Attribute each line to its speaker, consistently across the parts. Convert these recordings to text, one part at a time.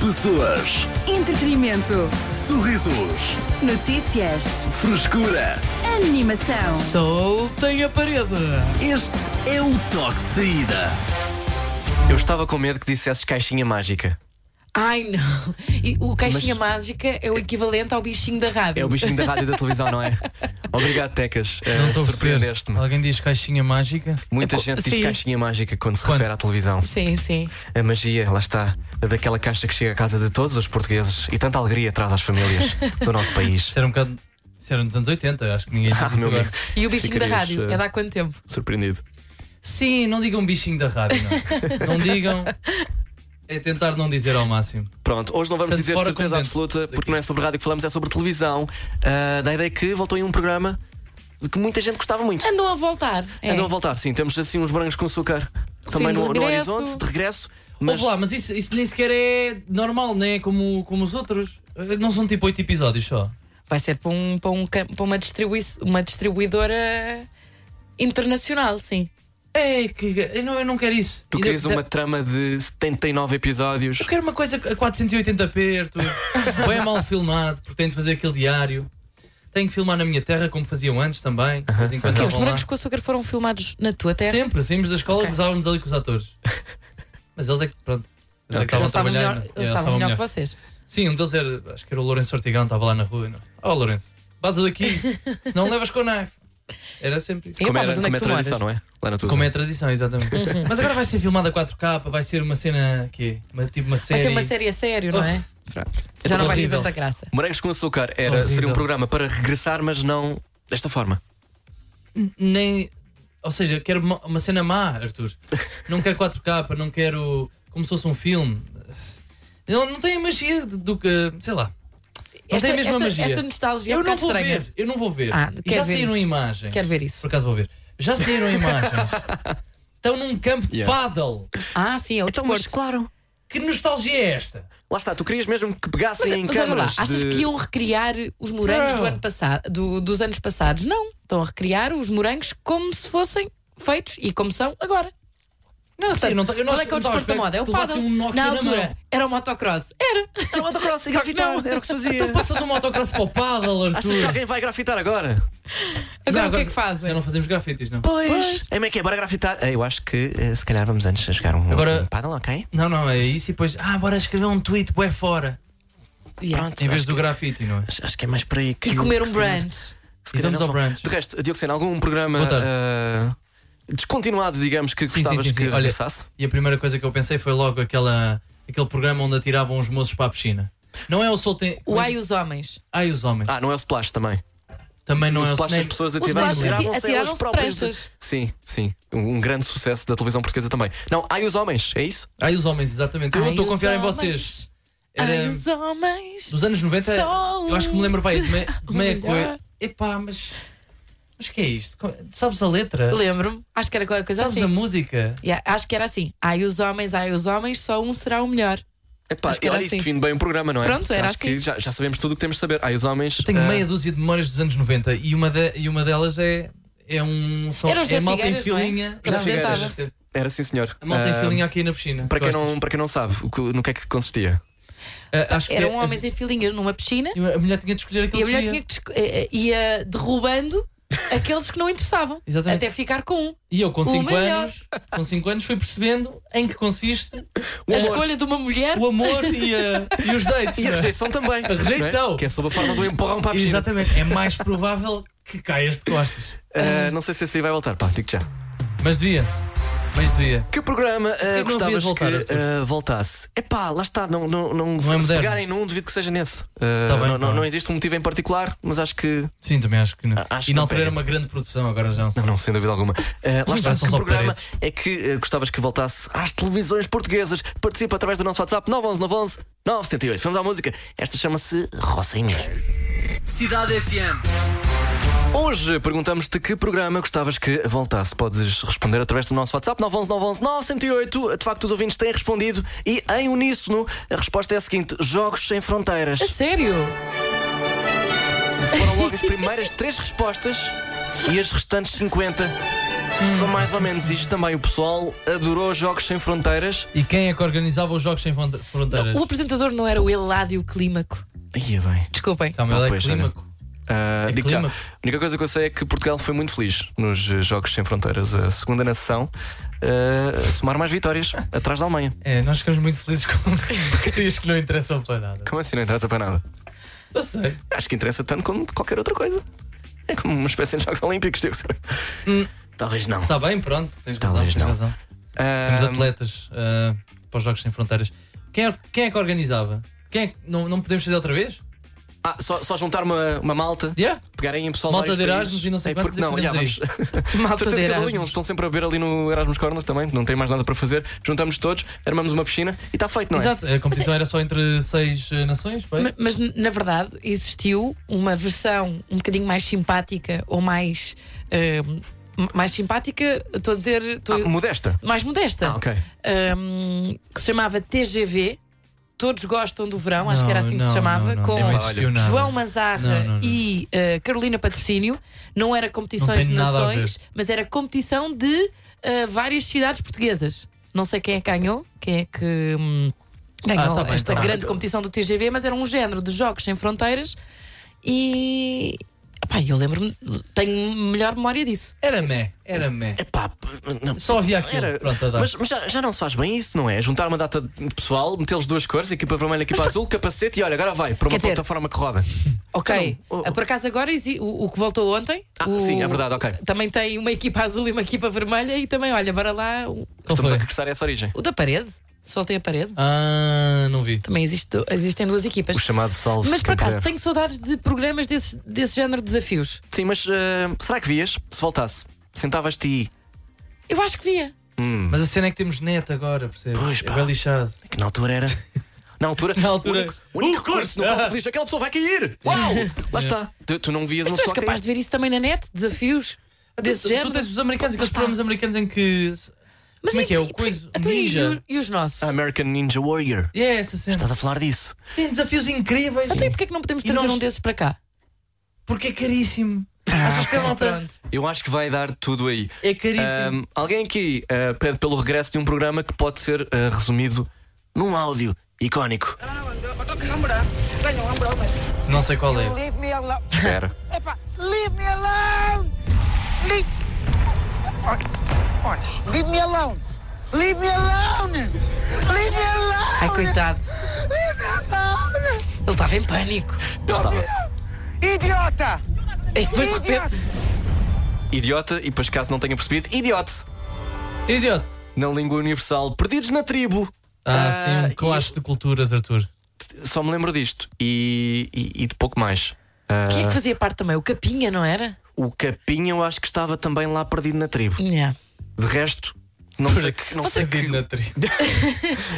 Speaker 1: Pessoas,
Speaker 2: Entretenimento.
Speaker 1: sorrisos,
Speaker 2: Notícias.
Speaker 1: frescura.
Speaker 2: Animação.
Speaker 3: Soltem a parede!
Speaker 1: Este é o toque de saída.
Speaker 4: Eu estava com medo que dissesses caixinha mágica.
Speaker 3: Ai não! E o caixinha mágica é o equivalente ao bichinho da rádio.
Speaker 4: É o bichinho da rádio e da televisão, não é? Obrigado, Tecas. Eh,
Speaker 5: Não estou a perceber.
Speaker 4: Surpreendeste-me.
Speaker 5: Alguém diz caixinha mágica?
Speaker 4: Muita
Speaker 3: Co-
Speaker 4: gente diz
Speaker 3: sim.
Speaker 4: caixinha mágica quando se
Speaker 5: Quando?
Speaker 4: refere à televisão.
Speaker 3: Sim, sim.
Speaker 4: A magia, lá está, daquela caixa que chega à casa de todos os portugueses e tanta alegria traz às famílias do nosso país.
Speaker 5: Isso era um bocado. Isso era nos anos 80, acho que ninguém diz
Speaker 4: Ah,
Speaker 5: isso
Speaker 4: meu
Speaker 5: agora.
Speaker 4: amigo,
Speaker 3: E o bichinho da
Speaker 4: Ficarias,
Speaker 3: rádio?
Speaker 4: eh,
Speaker 3: É de há quanto tempo?
Speaker 4: surpreendido.
Speaker 5: Sim, não digam bichinho da rádio, não. não digam. É tentar não dizer ao máximo.
Speaker 4: Pronto, hoje não vamos
Speaker 5: Tanto
Speaker 4: dizer de
Speaker 5: fora
Speaker 4: certeza
Speaker 5: como dentro
Speaker 4: absoluta, porque
Speaker 5: daqui.
Speaker 4: não é sobre rádio que falamos, é sobre televisão. Ah, da ideia que voltou em um programa de que muita gente gostava muito.
Speaker 3: Andam a voltar. É.
Speaker 4: Andam a voltar, sim, temos assim uns brancos com açúcar também
Speaker 3: de
Speaker 4: no, no
Speaker 3: regresso.
Speaker 4: horizonte, de regresso.
Speaker 5: Mas...
Speaker 4: Mas
Speaker 5: lá, mas isso, isso nem sequer é normal, nem é como, como os outros. Eh, Não são tipo 8 episódios só.
Speaker 3: Vai ser para, um, para, um, cam- para uma, distribui uma distribuidora internacional, sim.
Speaker 5: É que. Eu não, eu não quero isso.
Speaker 4: tu
Speaker 5: E
Speaker 4: querias
Speaker 5: deve-
Speaker 4: uma trama de 79 episódios.
Speaker 5: Eu quero uma coisa a 480 perto, bem mal filmado, porque tenho de fazer aquele diário. Tenho que filmar na minha terra, como faziam antes também. De vez em quando
Speaker 3: Que é,
Speaker 5: estavam
Speaker 4: é
Speaker 3: os
Speaker 5: Então lá.
Speaker 3: morangos com açúcar foram filmados na tua terra.
Speaker 5: Sempre, saímos da escola,
Speaker 3: Ok.
Speaker 5: gozávamos ali com os atores. Mas eles é que, pronto. Eles é que
Speaker 3: Eles
Speaker 5: estavam a trabalhar.
Speaker 3: estavam melhor,
Speaker 5: não?
Speaker 3: eles
Speaker 5: Yeah,
Speaker 3: estavam
Speaker 5: estavam
Speaker 3: melhor que
Speaker 5: melhor.
Speaker 3: vocês.
Speaker 5: Sim, um deles era, acho que era o Lourenço Ortigão, estava lá na rua. Não. Oh, Lourenço, vaza daqui, senão levas com o knife. Era sempre isso.
Speaker 3: Epá,
Speaker 4: Como, era,
Speaker 3: mas onde
Speaker 4: como
Speaker 3: é
Speaker 4: é
Speaker 3: que tu
Speaker 4: tradição,
Speaker 3: moras?
Speaker 4: não é? Lá na tua
Speaker 5: Como é
Speaker 4: zona.
Speaker 5: a tradição, exatamente.
Speaker 3: Uhum.
Speaker 5: Mas agora vai ser filmada a 4K, vai ser uma cena. quê? Uma, tipo uma
Speaker 3: Vai
Speaker 5: série.
Speaker 3: ser uma série a sério, não é? Pronto. Já não vai ter
Speaker 5: horrível.
Speaker 3: tanta graça.
Speaker 4: Morangos com açúcar era,
Speaker 5: Horrível.
Speaker 4: seria um programa para regressar, mas não desta forma.
Speaker 5: Nem. Ou seja, quero uma, uma cena má, Arthur. Não quero 4K, não quero. como se fosse um filme. Não, não tem a magia de- do que. sei lá. Não tem a mesma
Speaker 3: esta,
Speaker 5: magia.
Speaker 3: esta nostalgia
Speaker 5: eu
Speaker 3: é um
Speaker 5: não
Speaker 3: bocado
Speaker 5: vou
Speaker 3: estranha.
Speaker 5: ver, eu não vou ver.
Speaker 3: Ah,
Speaker 5: E
Speaker 3: quer
Speaker 5: já
Speaker 3: ver
Speaker 5: saíram
Speaker 3: isso.
Speaker 5: imagens.
Speaker 3: Quero ver
Speaker 5: Por
Speaker 3: isso.
Speaker 5: acaso vou ver. Já saíram imagens. Estão num campo de
Speaker 4: Yeah.
Speaker 5: paddle.
Speaker 3: Ah, sim, é o
Speaker 4: Então, mas
Speaker 3: desporto.
Speaker 4: claro.
Speaker 5: Que nostalgia é esta?
Speaker 4: Lá está, tu querias mesmo que pegassem em
Speaker 3: Mas olha lá,
Speaker 4: câmaras.
Speaker 3: achas
Speaker 4: de-
Speaker 3: que iam recriar os morangos do
Speaker 5: Não.
Speaker 3: ano passado, do- dos anos passados? Não. Estão a recriar os morangos como se fossem feitos e como são agora.
Speaker 5: Não,
Speaker 3: Portanto,
Speaker 5: sei, não, eu não
Speaker 3: qual é que
Speaker 5: não estava
Speaker 3: é o
Speaker 5: à
Speaker 3: desporto da
Speaker 5: espera
Speaker 3: moda? É o
Speaker 5: que levassem
Speaker 3: paddle.
Speaker 5: um Nokia
Speaker 3: na
Speaker 5: na
Speaker 3: altura
Speaker 5: mão.
Speaker 3: era o motocross. Era.
Speaker 4: Era um autocross, e
Speaker 3: Só que
Speaker 4: grafitão,
Speaker 3: não.
Speaker 4: era o que se fazia.
Speaker 5: Então passa do motocross para o paddle,
Speaker 4: Achas que
Speaker 5: Arthur.
Speaker 4: alguém vai grafitar agora?
Speaker 3: Agora
Speaker 5: Não,
Speaker 3: o que é que fazem?
Speaker 5: Já não fazemos grafites, não?
Speaker 4: Pois. É, como é que é? Bora grafitar? Eh, Eu acho que eh, se calhar vamos antes a jogar um,
Speaker 5: Agora-
Speaker 4: um paddle, ok?
Speaker 5: Não, não, é isso e depois. Ah, bora escrever um tweet, bué fora.
Speaker 3: Yeah.
Speaker 4: Pronto,
Speaker 5: Em vez
Speaker 4: acho
Speaker 5: do grafite, não é?
Speaker 4: que- acho que é mais por aí que.
Speaker 3: E é comer um
Speaker 4: que se calhar-
Speaker 3: brunch.
Speaker 4: Se calhar
Speaker 5: E vamos
Speaker 4: não
Speaker 5: ao
Speaker 4: vão.
Speaker 5: brunch.
Speaker 4: De resto, Dioxena, algum programa
Speaker 5: Boa tarde.
Speaker 4: ah, descontinuado, digamos, que
Speaker 5: Sim,
Speaker 4: gostavas
Speaker 5: sim, sim, sim.
Speaker 4: que
Speaker 5: Olha-
Speaker 4: regressasse?
Speaker 5: E a primeira coisa que eu pensei foi logo aquela, aquele programa onde atiravam os moços para a piscina. Não é o sol tem.
Speaker 3: O ai os homens.
Speaker 5: Ai, os homens.
Speaker 4: Ah, não é o Splash também.
Speaker 5: Também não
Speaker 4: o
Speaker 5: é o
Speaker 4: Splash
Speaker 5: nem-
Speaker 4: as pessoas
Speaker 3: Os
Speaker 4: atiravam-
Speaker 3: Splash ati-
Speaker 4: atiravam-se
Speaker 3: atiraram-se
Speaker 4: elas próprias. de-
Speaker 3: pranchas.
Speaker 4: Sim, sim. Um, um grande sucesso da televisão portuguesa também. Não, ai os homens, é isso?
Speaker 5: Ai, os homens, exatamente. Eu
Speaker 3: Ai,
Speaker 5: estou a
Speaker 3: os
Speaker 5: confiar em
Speaker 3: homens.
Speaker 5: vocês.
Speaker 3: Ai
Speaker 5: Era
Speaker 3: os homens.
Speaker 5: dos anos 90.
Speaker 3: Só
Speaker 5: Eu acho que me lembro bem de meia, de meia
Speaker 3: Olha.
Speaker 5: coisa. Epá, mas. Mas que é isto? Co- Sabes a letra?
Speaker 3: Lembro-me. Acho que era qualquer coisa
Speaker 5: Sabes
Speaker 3: assim.
Speaker 5: a música?
Speaker 3: Yeah, acho que era assim. Ai os homens, ai os homens, só um será o melhor.
Speaker 4: Epá,
Speaker 3: Acho que era
Speaker 4: olha, isto
Speaker 3: assim.
Speaker 4: define bem o programa, não é?
Speaker 3: Pronto, era
Speaker 4: Acho que
Speaker 3: assim.
Speaker 4: já, já sabemos tudo o que temos de saber. Ai os homens.
Speaker 5: Tenho
Speaker 4: ah,
Speaker 5: meia dúzia de memórias dos anos 90 e uma, de- e uma delas é. É um. São,
Speaker 3: Era o José
Speaker 5: é malta em
Speaker 3: Figueiras, não é?
Speaker 5: filinha.
Speaker 4: José
Speaker 5: Não,
Speaker 4: Figueiras.
Speaker 5: deve ser.
Speaker 4: Era sim, senhor.
Speaker 5: A malta em
Speaker 4: Ah,
Speaker 5: filinha aqui na piscina.
Speaker 4: para quem,
Speaker 5: Gostas?
Speaker 4: não, para quem não sabe o que- no que é que consistia,
Speaker 5: Ah, acho que
Speaker 3: Eram
Speaker 5: é-
Speaker 3: homens em filinhas numa piscina
Speaker 5: E A mulher tinha de escolher aquele
Speaker 3: um e a mulher tinha que desco- eh, eh, ia derrubando aqueles que não interessavam.
Speaker 5: Exatamente.
Speaker 3: Até ficar com um.
Speaker 5: E eu com
Speaker 3: O
Speaker 5: 5
Speaker 3: melhor.
Speaker 5: anos, com cinco anos fui percebendo em que consiste
Speaker 4: O
Speaker 3: a
Speaker 4: amor.
Speaker 3: escolha de uma mulher.
Speaker 5: o amor e, a- e os dates.
Speaker 4: E a
Speaker 5: não é?
Speaker 4: rejeição também. não é?
Speaker 5: rejeição.
Speaker 4: Que é sob a forma do empurrão para a piscina.
Speaker 5: Exatamente. É mais provável que caias de costas.
Speaker 4: Ah, não sei se esse aí vai voltar, pá, digo já.
Speaker 5: Mas devia. Mas devia.
Speaker 4: Que programa ah,
Speaker 5: não
Speaker 4: gostavas
Speaker 5: devias voltar,
Speaker 4: que
Speaker 5: Arthur? é
Speaker 4: ah, voltasse? Epá, lá está, não, não, não, se
Speaker 5: moderno.
Speaker 4: pegarem num, duvido que seja nesse. Ah,
Speaker 5: Tá bem,
Speaker 4: não,
Speaker 5: tá
Speaker 4: não,
Speaker 5: bem.
Speaker 4: não existe um motivo em particular, mas acho que.
Speaker 5: Sim, também acho que não.
Speaker 4: Ah, acho que
Speaker 5: e na
Speaker 4: não
Speaker 5: altura era
Speaker 4: pega.
Speaker 5: uma grande produção, agora já não sei.
Speaker 4: Não, não, sem dúvida alguma. Ah, lá
Speaker 5: Mas
Speaker 4: está,
Speaker 5: são
Speaker 4: que
Speaker 5: só
Speaker 4: programa é que ah, gostavas que voltasse às televisões portuguesas? Participa através do nosso WhatsApp 911 911 978. Vamos à música. Esta chama-se Rocinhas.
Speaker 1: Cidade FM.
Speaker 4: Hoje perguntamos-te que programa gostavas que voltasse. Podes responder através do nosso WhatsApp 911 911 908. De facto, os ouvintes têm respondido e, em uníssono, a resposta é a seguinte: Jogos sem
Speaker 3: A
Speaker 4: fronteiras.
Speaker 3: sério?
Speaker 4: Foram logo as primeiras três respostas e as restantes 50 São mais ou menos isto também. O pessoal adorou Jogos Sem Fronteiras.
Speaker 5: E quem é que organizava os Jogos Sem Fronte- Fronteiras?
Speaker 3: O apresentador não era o Eládio Clímaco.
Speaker 4: Ia bem.
Speaker 3: Desculpem.
Speaker 5: Calma, ele é
Speaker 4: Pois, olha.
Speaker 5: clímaco.
Speaker 4: Ah,
Speaker 5: É
Speaker 4: digo já.
Speaker 5: clima.
Speaker 4: A única coisa que eu sei é que Portugal foi muito feliz nos eh, Jogos Sem Fronteiras. A segunda nação eh, a somar mais vitórias atrás da Alemanha.
Speaker 5: É, nós ficamos muito felizes com porcarias que não interessam para nada.
Speaker 4: Como assim não interessa para nada?
Speaker 5: Eu sei.
Speaker 4: Acho que interessa tanto como qualquer outra coisa. É como uma espécie de Jogos Olímpicos, devo ser.
Speaker 3: Hum.
Speaker 4: Talvez não.
Speaker 5: Está Tá bem, pronto. Tens razão.
Speaker 4: Talvez
Speaker 5: tens
Speaker 4: não.
Speaker 5: razão.
Speaker 4: Ah,
Speaker 5: Temos atletas ah, para os Jogos Sem Fronteiras. Quem é, quem é que organizava? Quem é que- não, não podemos fazer outra vez?
Speaker 4: ah, só, só juntar uma, uma malta.
Speaker 5: Yeah?
Speaker 4: Pegarem em pessoal
Speaker 5: Malta
Speaker 4: vários
Speaker 5: de Erasmus
Speaker 4: países.
Speaker 5: e não sei
Speaker 4: Ei,
Speaker 5: quantos e
Speaker 4: porque não, já
Speaker 5: fazemos
Speaker 4: vamos. Certeza
Speaker 3: Malta de
Speaker 4: que cada um,
Speaker 3: Erasmus.
Speaker 4: Eles estão sempre a beber ali no Erasmus Corners também, não tem mais nada para fazer. Juntamos todos, armamos uma piscina e está feito, não é?
Speaker 5: Exato, a competição era só entre seis eh, nações, pois?
Speaker 3: Ma- Mas, n- na verdade, existiu uma versão um bocadinho mais simpática ou mais. ahm, m- mais simpática, estou a dizer. estou-
Speaker 4: Ah, modesta.
Speaker 3: mais modesta.
Speaker 4: Ah, ok.
Speaker 3: ahm, que se chamava TGV. Todos gostam do verão, acho
Speaker 5: Não,
Speaker 3: que era assim que
Speaker 5: não,
Speaker 3: se chamava.
Speaker 5: não, É não,
Speaker 3: com
Speaker 5: não existiu nada.
Speaker 3: João Mazarra
Speaker 5: Não, não, não.
Speaker 3: e ah, Carolina Patrocínio. Não era
Speaker 5: Não
Speaker 3: competições de
Speaker 5: tem nada a
Speaker 3: nações, mas era competição de ah, várias cidades portuguesas. Não sei quem é que ganhou, quem é que. hum, ganhou
Speaker 5: Ah, tá bem,
Speaker 3: esta
Speaker 5: tá bem.
Speaker 3: grande competição do TGV, mas era um género de jogos sem fronteiras e. Epá, eu lembro-me, tenho melhor memória disso.
Speaker 5: Era mé, era mé.
Speaker 4: Epá, p- não.
Speaker 5: Só havia aquilo.
Speaker 4: Era,
Speaker 5: Pronto, a dar.
Speaker 4: mas mas já, já não se faz bem isso, não é? Juntar uma data de pessoal, metê-los duas cores, equipa vermelha, equipa azul, capacete e olha, agora vai para uma
Speaker 3: Quer dizer-
Speaker 4: plataforma que roda.
Speaker 3: Ok,
Speaker 4: Não, o-
Speaker 3: Ah, por acaso agora exi- o, o que voltou ontem.
Speaker 4: Ah,
Speaker 3: o-
Speaker 4: sim, é verdade, ok.
Speaker 3: Também tem uma equipa azul e uma equipa vermelha e também, olha, bora lá o,
Speaker 5: Qual
Speaker 4: Estamos
Speaker 5: foi?
Speaker 4: a regressar a essa origem.
Speaker 3: o da parede. Soltem a parede.
Speaker 5: Ah, não vi.
Speaker 3: Também existe- existem duas equipas.
Speaker 4: O chamado salve.
Speaker 3: Mas por acaso tenho saudades de programas desse, desse género de desafios.
Speaker 4: Sim, mas eh, será que vias se voltasse? Sentavas-te e.
Speaker 3: Eu acho que via.
Speaker 5: Mas a cena é que temos net agora, percebes?
Speaker 4: Hum. Pois,
Speaker 5: é
Speaker 4: pá.
Speaker 5: bem lixado.
Speaker 4: Que na altura era. Na altura. Ah.
Speaker 5: Na altura.
Speaker 4: O único, o único recurso no qual tu diz, aquela pessoa vai cair. Uau! Lá está. Tu, tu não vias
Speaker 3: Mas
Speaker 4: uma
Speaker 3: tu és
Speaker 4: pessoa a
Speaker 3: capaz de ver isso também na net? Desafios? Desse
Speaker 5: tu,
Speaker 3: género?
Speaker 5: tu tens os americanos, aqueles programas americanos em que. se-
Speaker 3: Mas
Speaker 5: Como é
Speaker 3: e-
Speaker 5: que é? O
Speaker 3: e-
Speaker 5: coisa.
Speaker 3: então e-
Speaker 5: Ninja.
Speaker 3: E, os nossos?
Speaker 4: cair. American Ninja Warrior.
Speaker 5: E é essa cena.
Speaker 4: Estás a falar disso.
Speaker 5: Tem desafios incríveis.
Speaker 3: Então e porquê que não podemos
Speaker 5: E
Speaker 3: trazer
Speaker 5: nós-
Speaker 3: um desses para cá?
Speaker 5: Porque é caríssimo. Achas que é malta?
Speaker 3: Pronto.
Speaker 4: Eu acho que vai dar tudo aí.
Speaker 5: É caríssimo.
Speaker 4: Ahm, alguém aqui ah, pede pelo regresso de um programa que pode ser ah, resumido num áudio icónico. Hum,
Speaker 5: Não sei qual é.
Speaker 6: Leave me alone.
Speaker 4: Espera.
Speaker 6: Epá, leave me alone. Leave. Olha, olha, Leave me alone. Leave me alone. Leave me alone.
Speaker 3: Ai, coitado.
Speaker 6: Leave me alone.
Speaker 3: Ele estava em pânico.
Speaker 4: Eu estava
Speaker 6: Idiota.
Speaker 3: E depois de repente.
Speaker 6: Idiota.
Speaker 4: idiota e depois caso não tenha percebido, idiote.
Speaker 5: Idiota.
Speaker 4: Na língua universal, perdidos na tribo.
Speaker 5: Ah,
Speaker 4: Ah,
Speaker 5: sim, um
Speaker 4: e-
Speaker 5: clash de culturas, Arthur.
Speaker 4: Só me lembro disto. E, e- e de pouco mais. Ah,
Speaker 3: Quem é que fazia parte também? O Capinha, não era?
Speaker 4: O Capinha eu acho que estava também lá perdido na tribo.
Speaker 3: Yeah.
Speaker 4: De resto, não sei que. Não sei que
Speaker 5: Na tri-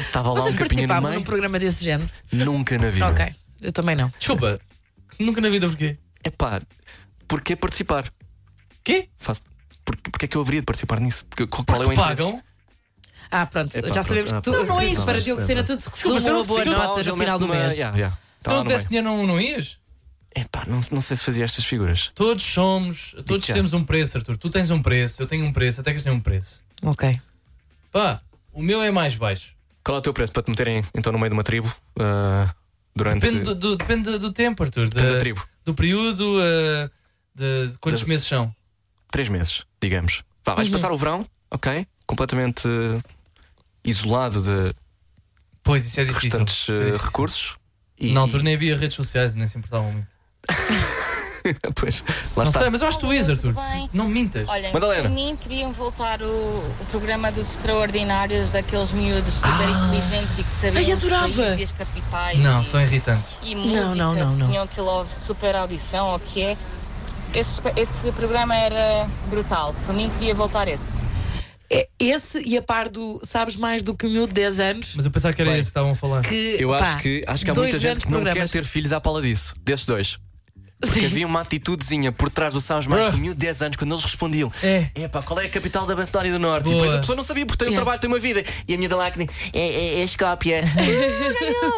Speaker 4: estava lá um capinha
Speaker 3: Vocês
Speaker 4: no
Speaker 3: participavam num
Speaker 4: meio.
Speaker 3: programa desse género?
Speaker 4: Nunca na vida.
Speaker 3: Ok, eu também não.
Speaker 5: Desculpa. Nunca na vida porquê?
Speaker 4: Epá, porquê participar?
Speaker 5: Quê?
Speaker 4: Faço... Porque, porque é que eu haveria de participar nisso? Porque, qual é o
Speaker 5: Porque
Speaker 4: interesse?
Speaker 5: pagam?
Speaker 3: Ah, pronto,
Speaker 4: Epá,
Speaker 3: já
Speaker 4: pronto,
Speaker 3: sabemos que tu.
Speaker 4: ah, pronto.
Speaker 3: não é
Speaker 4: Não,
Speaker 3: isso, para
Speaker 4: mas-
Speaker 3: Diogo Sena, tu
Speaker 5: Desculpa, se
Speaker 3: resumes
Speaker 5: eu
Speaker 3: uma
Speaker 5: não-
Speaker 3: boa
Speaker 5: se eu não-
Speaker 3: nota
Speaker 4: Paulo,
Speaker 3: no final do
Speaker 4: mete-se uma-
Speaker 3: mês.
Speaker 4: Yeah, yeah.
Speaker 5: Se
Speaker 4: Tá lá
Speaker 5: não
Speaker 4: no
Speaker 5: tivesse
Speaker 4: meio.
Speaker 5: dinheiro, não, não ias?
Speaker 4: Epá, não, não sei se fazia estas figuras.
Speaker 5: Todos somos. Todos
Speaker 4: já.
Speaker 5: temos um preço, Arthur. Tu tens um preço, eu tenho um preço, até que têm um preço.
Speaker 3: Ok.
Speaker 5: Pá, o meu é mais baixo.
Speaker 4: Qual é o teu preço para te meterem então no meio de uma tribo? ah, durante.
Speaker 5: Depende do, do- depende do tempo, Arthur. da-
Speaker 4: Depende da tribo.
Speaker 5: Do período, ah, de, de quantos
Speaker 4: Da-
Speaker 5: meses são.
Speaker 4: três meses, digamos. Vá,
Speaker 3: Uhum.
Speaker 4: vais passar o verão, ok? Completamente eh, isolado de
Speaker 5: Pois, isso é difícil.
Speaker 4: restantes
Speaker 5: Isso é
Speaker 4: eh,
Speaker 5: difícil.
Speaker 4: recursos.
Speaker 5: Na altura nem havia redes sociais, nem se importavam muito.
Speaker 4: Pois, lá
Speaker 5: não
Speaker 4: está.
Speaker 5: sei, mas eu acho que tu
Speaker 7: Olá,
Speaker 5: és,
Speaker 7: tudo
Speaker 5: Arthur.
Speaker 7: bem?
Speaker 5: Não mintas.
Speaker 7: Olhem,
Speaker 4: Madalena.
Speaker 7: para mim podiam voltar o, o programa dos extraordinários, daqueles miúdos super inteligentes e que sabiam
Speaker 3: Ah. Ai,
Speaker 7: os
Speaker 3: adorava.
Speaker 7: países e as capitais
Speaker 5: Não,
Speaker 7: e,
Speaker 5: são irritantes.
Speaker 7: e música,
Speaker 3: não, não, não.
Speaker 7: tinham aquela super audição ou o que é. Esse, esse programa era brutal, para mim podia voltar esse.
Speaker 3: É Esse e a par do Sabes Mais do que o meu de 10 anos.
Speaker 5: Mas eu pensava que era esse que estavam a falar.
Speaker 3: Que,
Speaker 4: Eu
Speaker 3: pá,
Speaker 4: acho que, acho que há
Speaker 3: dois
Speaker 4: muita gente
Speaker 3: grandes
Speaker 4: que não quer
Speaker 3: programas.
Speaker 4: ter filhos à pala disso, desses dois. Porque
Speaker 3: Sim.
Speaker 4: havia uma atitudezinha por trás do Sabes Mais
Speaker 5: Bruh.
Speaker 4: de mil 10 anos quando eles respondiam:
Speaker 5: É.
Speaker 4: Epá, qual é a capital da Macedónia do Norte? E
Speaker 5: Boa.
Speaker 4: depois a pessoa não sabia porque tem um
Speaker 3: Yeah.
Speaker 4: trabalho, tem uma vida. E a minha da Lacne é, é, é Escópia.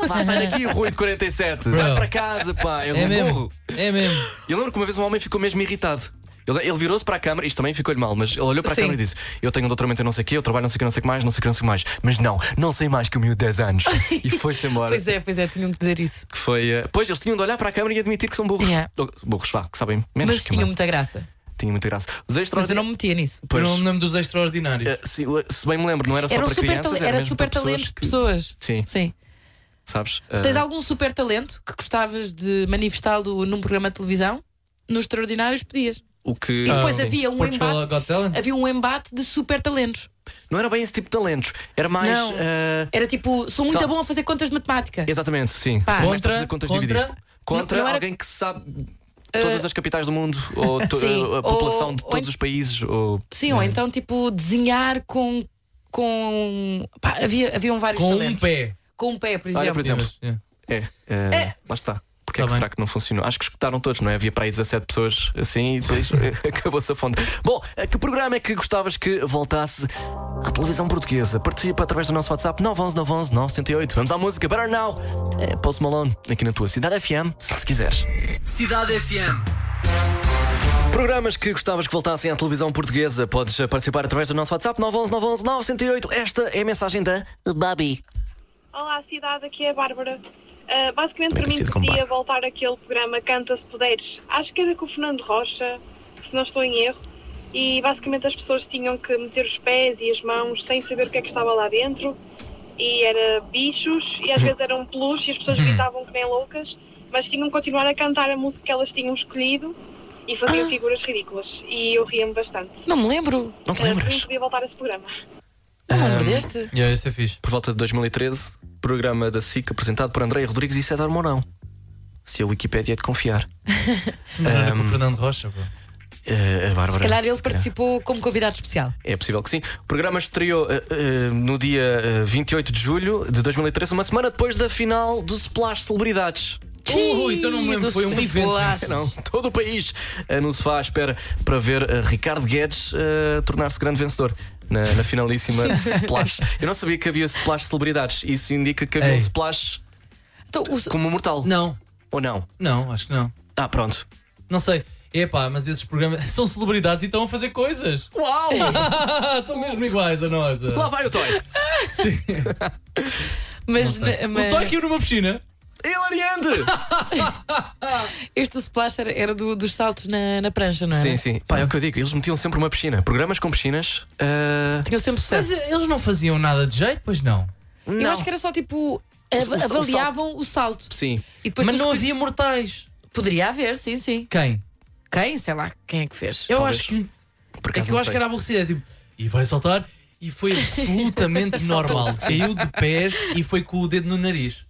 Speaker 4: Vai, sai daqui, Rui de 47. Vai
Speaker 5: Bruh.
Speaker 4: para casa, pá. És
Speaker 5: É
Speaker 4: um
Speaker 5: mesmo.
Speaker 4: burro.
Speaker 5: É mesmo.
Speaker 4: Eu lembro que uma vez um homem ficou mesmo irritado. Ele, ele virou-se para a câmara, isto também ficou-lhe mal, mas ele olhou para a
Speaker 3: Sim.
Speaker 4: câmara e disse: Eu tenho um doutoramento em não sei o quê, eu trabalho não sei o que, não sei o que mais, não sei o que, não sei o que mais. Mas não, não sei mais que o miúdo de 10 anos. e foi-se embora.
Speaker 3: Pois é, pois é, tinham que dizer isso.
Speaker 4: Que foi. eh, Pois eles tinham de olhar para a câmara e admitir que são burros.
Speaker 3: Yeah.
Speaker 4: Ou, burros, vá, que sabem menos
Speaker 3: Mas
Speaker 4: que
Speaker 3: tinha
Speaker 4: uma-
Speaker 3: muita graça.
Speaker 4: tinha muita graça. Os extras.
Speaker 3: Mas eu não me metia nisso.
Speaker 5: Eu
Speaker 4: Pois,
Speaker 5: não me lembro um dos extraordinários.
Speaker 4: eh, se, se bem me lembro, não era só
Speaker 3: Era um
Speaker 4: para
Speaker 3: super,
Speaker 4: crianças,
Speaker 3: tale-
Speaker 4: era,
Speaker 3: era
Speaker 4: mesmo
Speaker 3: super
Speaker 4: para pessoas
Speaker 3: talento de
Speaker 4: que-
Speaker 3: pessoas.
Speaker 4: Sim.
Speaker 3: Sim.
Speaker 4: sabes? eh,
Speaker 3: Tens algum super talento que gostavas de manifestá-lo num programa de televisão? Nos extraordinários podias.
Speaker 4: o que... Ah,
Speaker 3: E depois
Speaker 5: sim.
Speaker 3: havia um
Speaker 5: Portugal
Speaker 3: embate.
Speaker 5: Got Talent?
Speaker 3: Havia um embate de super talentos.
Speaker 4: Não era bem esse tipo de talentos. Era mais.
Speaker 3: Não.
Speaker 4: eh,
Speaker 3: Era tipo, sou muito
Speaker 4: Só-
Speaker 3: bom a fazer contas de matemática.
Speaker 4: Exatamente, sim.
Speaker 3: Pá.
Speaker 4: Sim,
Speaker 5: Contra-
Speaker 4: mestre a fazer contas
Speaker 5: contra-
Speaker 4: divididas. Contra
Speaker 3: Não- não era-
Speaker 4: alguém que sabe todas as capitais do mundo, ou to-
Speaker 3: Sim,
Speaker 4: a
Speaker 3: ou-
Speaker 4: população de
Speaker 3: ou
Speaker 4: todos
Speaker 3: en-
Speaker 4: os países, ou.
Speaker 3: Sim, ou então tipo desenhar com. com pá, havia, haviam vários
Speaker 5: Com um
Speaker 3: talentos.
Speaker 5: pé.
Speaker 3: Com um pé, por exemplo.
Speaker 4: Olha, por exemplo.
Speaker 5: Mas, yeah.
Speaker 4: É. eh, Lá está. Porque é
Speaker 5: Tá
Speaker 4: que
Speaker 5: bem.
Speaker 4: será que não funcionou? Acho que escutaram todos, não é? Havia para aí 17 pessoas assim e depois eh, acabou-se a fonte. Bom, eh, que programa é que gostavas que voltasse à televisão portuguesa? Participa através do nosso WhatsApp 911 911 Vamos à música Better Now. É Post Malone, aqui na tua cidade FM, se se quiseres.
Speaker 1: Cidade FM.
Speaker 4: Programas que gostavas que voltassem à televisão portuguesa, podes eh, participar através do nosso WhatsApp 911 911 908. Esta é a mensagem da Babi.
Speaker 8: Olá, cidade, aqui é a Bárbara. Ah, basicamente,
Speaker 4: Também
Speaker 8: para mim,
Speaker 4: conhecido como
Speaker 8: podia
Speaker 4: Bárbara.
Speaker 8: voltar aquele programa Canta Se Puderes. Acho que era com o Fernando Rocha, se não estou em erro. E basicamente as pessoas tinham que meter os pés e as mãos sem saber o que é que estava lá dentro. E era bichos, e às vezes eram um peluche, e as pessoas gritavam que nem loucas. Mas tinham que continuar a cantar a música que elas tinham escolhido e faziam figuras ridículas. E eu ria-me bastante.
Speaker 3: Não me lembro.
Speaker 4: Não te
Speaker 8: Ah, para mim,
Speaker 4: lembras?
Speaker 8: podia voltar a esse programa.
Speaker 3: Não me lembro deste.
Speaker 5: Yeah, isso é fixe.
Speaker 4: Por volta de 2013, programa da SIC apresentado por André Rodrigues e César Mourão. Se a Wikipédia é de confiar.
Speaker 5: Era com o Fernando Rocha, pô.
Speaker 4: Eh, a Bárbara.
Speaker 3: Se calhar ele participou como convidado especial.
Speaker 4: É possível que sim. O programa estreou eh, eh, no dia eh, 28 de julho de 2013, uma semana depois da final do Splash Celebridades.
Speaker 5: Ui, então não me lembro,
Speaker 3: do
Speaker 5: foi um evento.
Speaker 3: Cebolas.
Speaker 5: isso.
Speaker 4: Não, todo o país eh, não se vá à espera para ver eh, Ricardo Guedes eh, tornar-se grande vencedor na, na finalíssima Splash. Eu não sabia que havia Splash celebridades. Isso indica que havia
Speaker 5: Ei.
Speaker 4: um Splash
Speaker 3: Então, o-
Speaker 4: como um mortal.
Speaker 5: Não,
Speaker 4: Ou não?
Speaker 5: não, acho que não.
Speaker 4: Ah, pronto.
Speaker 5: Não sei. Epá, mas esses programas são celebridades e estão a fazer coisas. Ah,
Speaker 4: Uau!
Speaker 3: Uh.
Speaker 5: são mesmo iguais a nós. ah.
Speaker 4: Lá vai o Toy.
Speaker 3: mas, mas-
Speaker 5: O Tóquio numa piscina.
Speaker 4: Hilariante!
Speaker 3: este splash era, era do- dos saltos na, na prancha, não é?
Speaker 4: Sim, sim. Pá, é o que eu digo. Eles metiam sempre uma piscina. Programas com piscinas. eh,
Speaker 3: Tinham sempre
Speaker 5: Mas
Speaker 3: sucesso.
Speaker 5: eh, eles não faziam nada de jeito, pois não.
Speaker 3: Eu acho que era só tipo. av-
Speaker 4: o- o salto.
Speaker 3: avaliavam o salto.
Speaker 4: Sim.
Speaker 3: E depois
Speaker 5: mas
Speaker 3: tu
Speaker 5: não
Speaker 3: escolhi-
Speaker 5: havia mortais.
Speaker 3: Poderia haver, sim, sim.
Speaker 5: Quem?
Speaker 3: Quem? Sei lá, quem é que fez?
Speaker 5: Eu
Speaker 4: Talvez.
Speaker 5: acho que.
Speaker 4: Por
Speaker 5: É
Speaker 4: acaso
Speaker 5: que eu
Speaker 4: não
Speaker 5: acho
Speaker 4: sei.
Speaker 5: que era aborrecido. É tipo, e vai saltar. E foi absolutamente normal. Caiu de pés e foi com o dedo no nariz.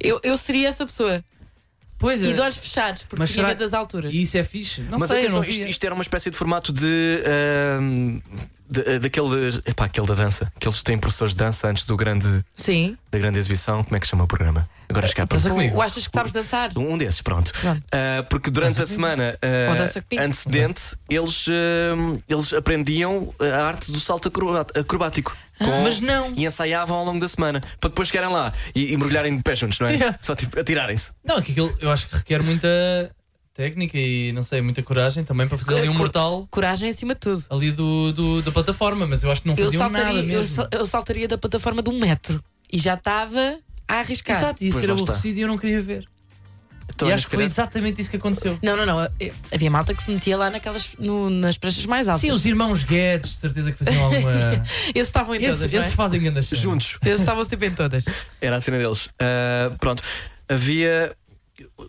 Speaker 3: Eu, eu seria essa pessoa.
Speaker 5: Pois é.
Speaker 3: E de olhos fechados, porque
Speaker 5: Mas
Speaker 3: tinha
Speaker 5: será-
Speaker 3: medo das alturas.
Speaker 5: E isso é fixe. Não
Speaker 4: Mas
Speaker 5: sei,
Speaker 4: atenção,
Speaker 5: eu não
Speaker 4: isto,
Speaker 5: vi.
Speaker 4: isto era uma espécie de formato de. ahm, de- ah, daquele. Epá, aquele da dança. Que eles têm professores de dança antes do grande,
Speaker 3: Sim.
Speaker 4: da grgrande exibição. Como é que chama o programa? Agora escapa
Speaker 5: Dança Ah,
Speaker 3: Ou-
Speaker 5: então comigo.
Speaker 3: ou achas que sabes dançar?
Speaker 4: Um desses, pronto.
Speaker 3: Pronto.
Speaker 4: Ah, porque durante a semana ah,
Speaker 3: Ou dança comigo.
Speaker 4: antecedente, eles, ahm, eles aprendiam a arte do salto acrobat- acrobático. Com-
Speaker 5: Ah, Mas não.
Speaker 4: E ensaiavam ao longo da semana para depois chegarem lá e, e mergulharem de pé juntos, não é?
Speaker 5: Yeah.
Speaker 4: Só tipo, atirarem-se.
Speaker 5: Não, é que aquilo eu acho que requer muita técnica e não sei, muita coragem também para fazer ali um
Speaker 3: Cor-
Speaker 5: mortal
Speaker 3: Coragem acima de tudo.
Speaker 5: ali do, do- da plataforma, mas eu acho que não
Speaker 3: Eu
Speaker 5: faziam nada
Speaker 3: saltaria,
Speaker 5: mesmo.
Speaker 3: eu, sal- eu saltaria da plataforma de um metro e já estava a arriscar.
Speaker 5: Exato, e isso
Speaker 4: Pois
Speaker 5: era
Speaker 4: lá está.
Speaker 5: aborrecido e eu não queria ver.
Speaker 4: Então,
Speaker 5: e
Speaker 4: olha,
Speaker 5: acho
Speaker 4: se
Speaker 5: que foi
Speaker 4: calhar-
Speaker 5: exatamente isso que aconteceu.
Speaker 3: Não, não, não. Havia malta que se metia lá naquelas, no- nas pranchas mais altas.
Speaker 5: Sim, os irmãos Guedes, de certeza que faziam alguma.
Speaker 3: Eles estavam em todas,
Speaker 5: esses,
Speaker 3: não é?
Speaker 5: esses fazem grandes cenas.
Speaker 4: juntos.
Speaker 3: Eles estavam sempre em todas.
Speaker 4: Era a cena deles. Ah, pronto. Havia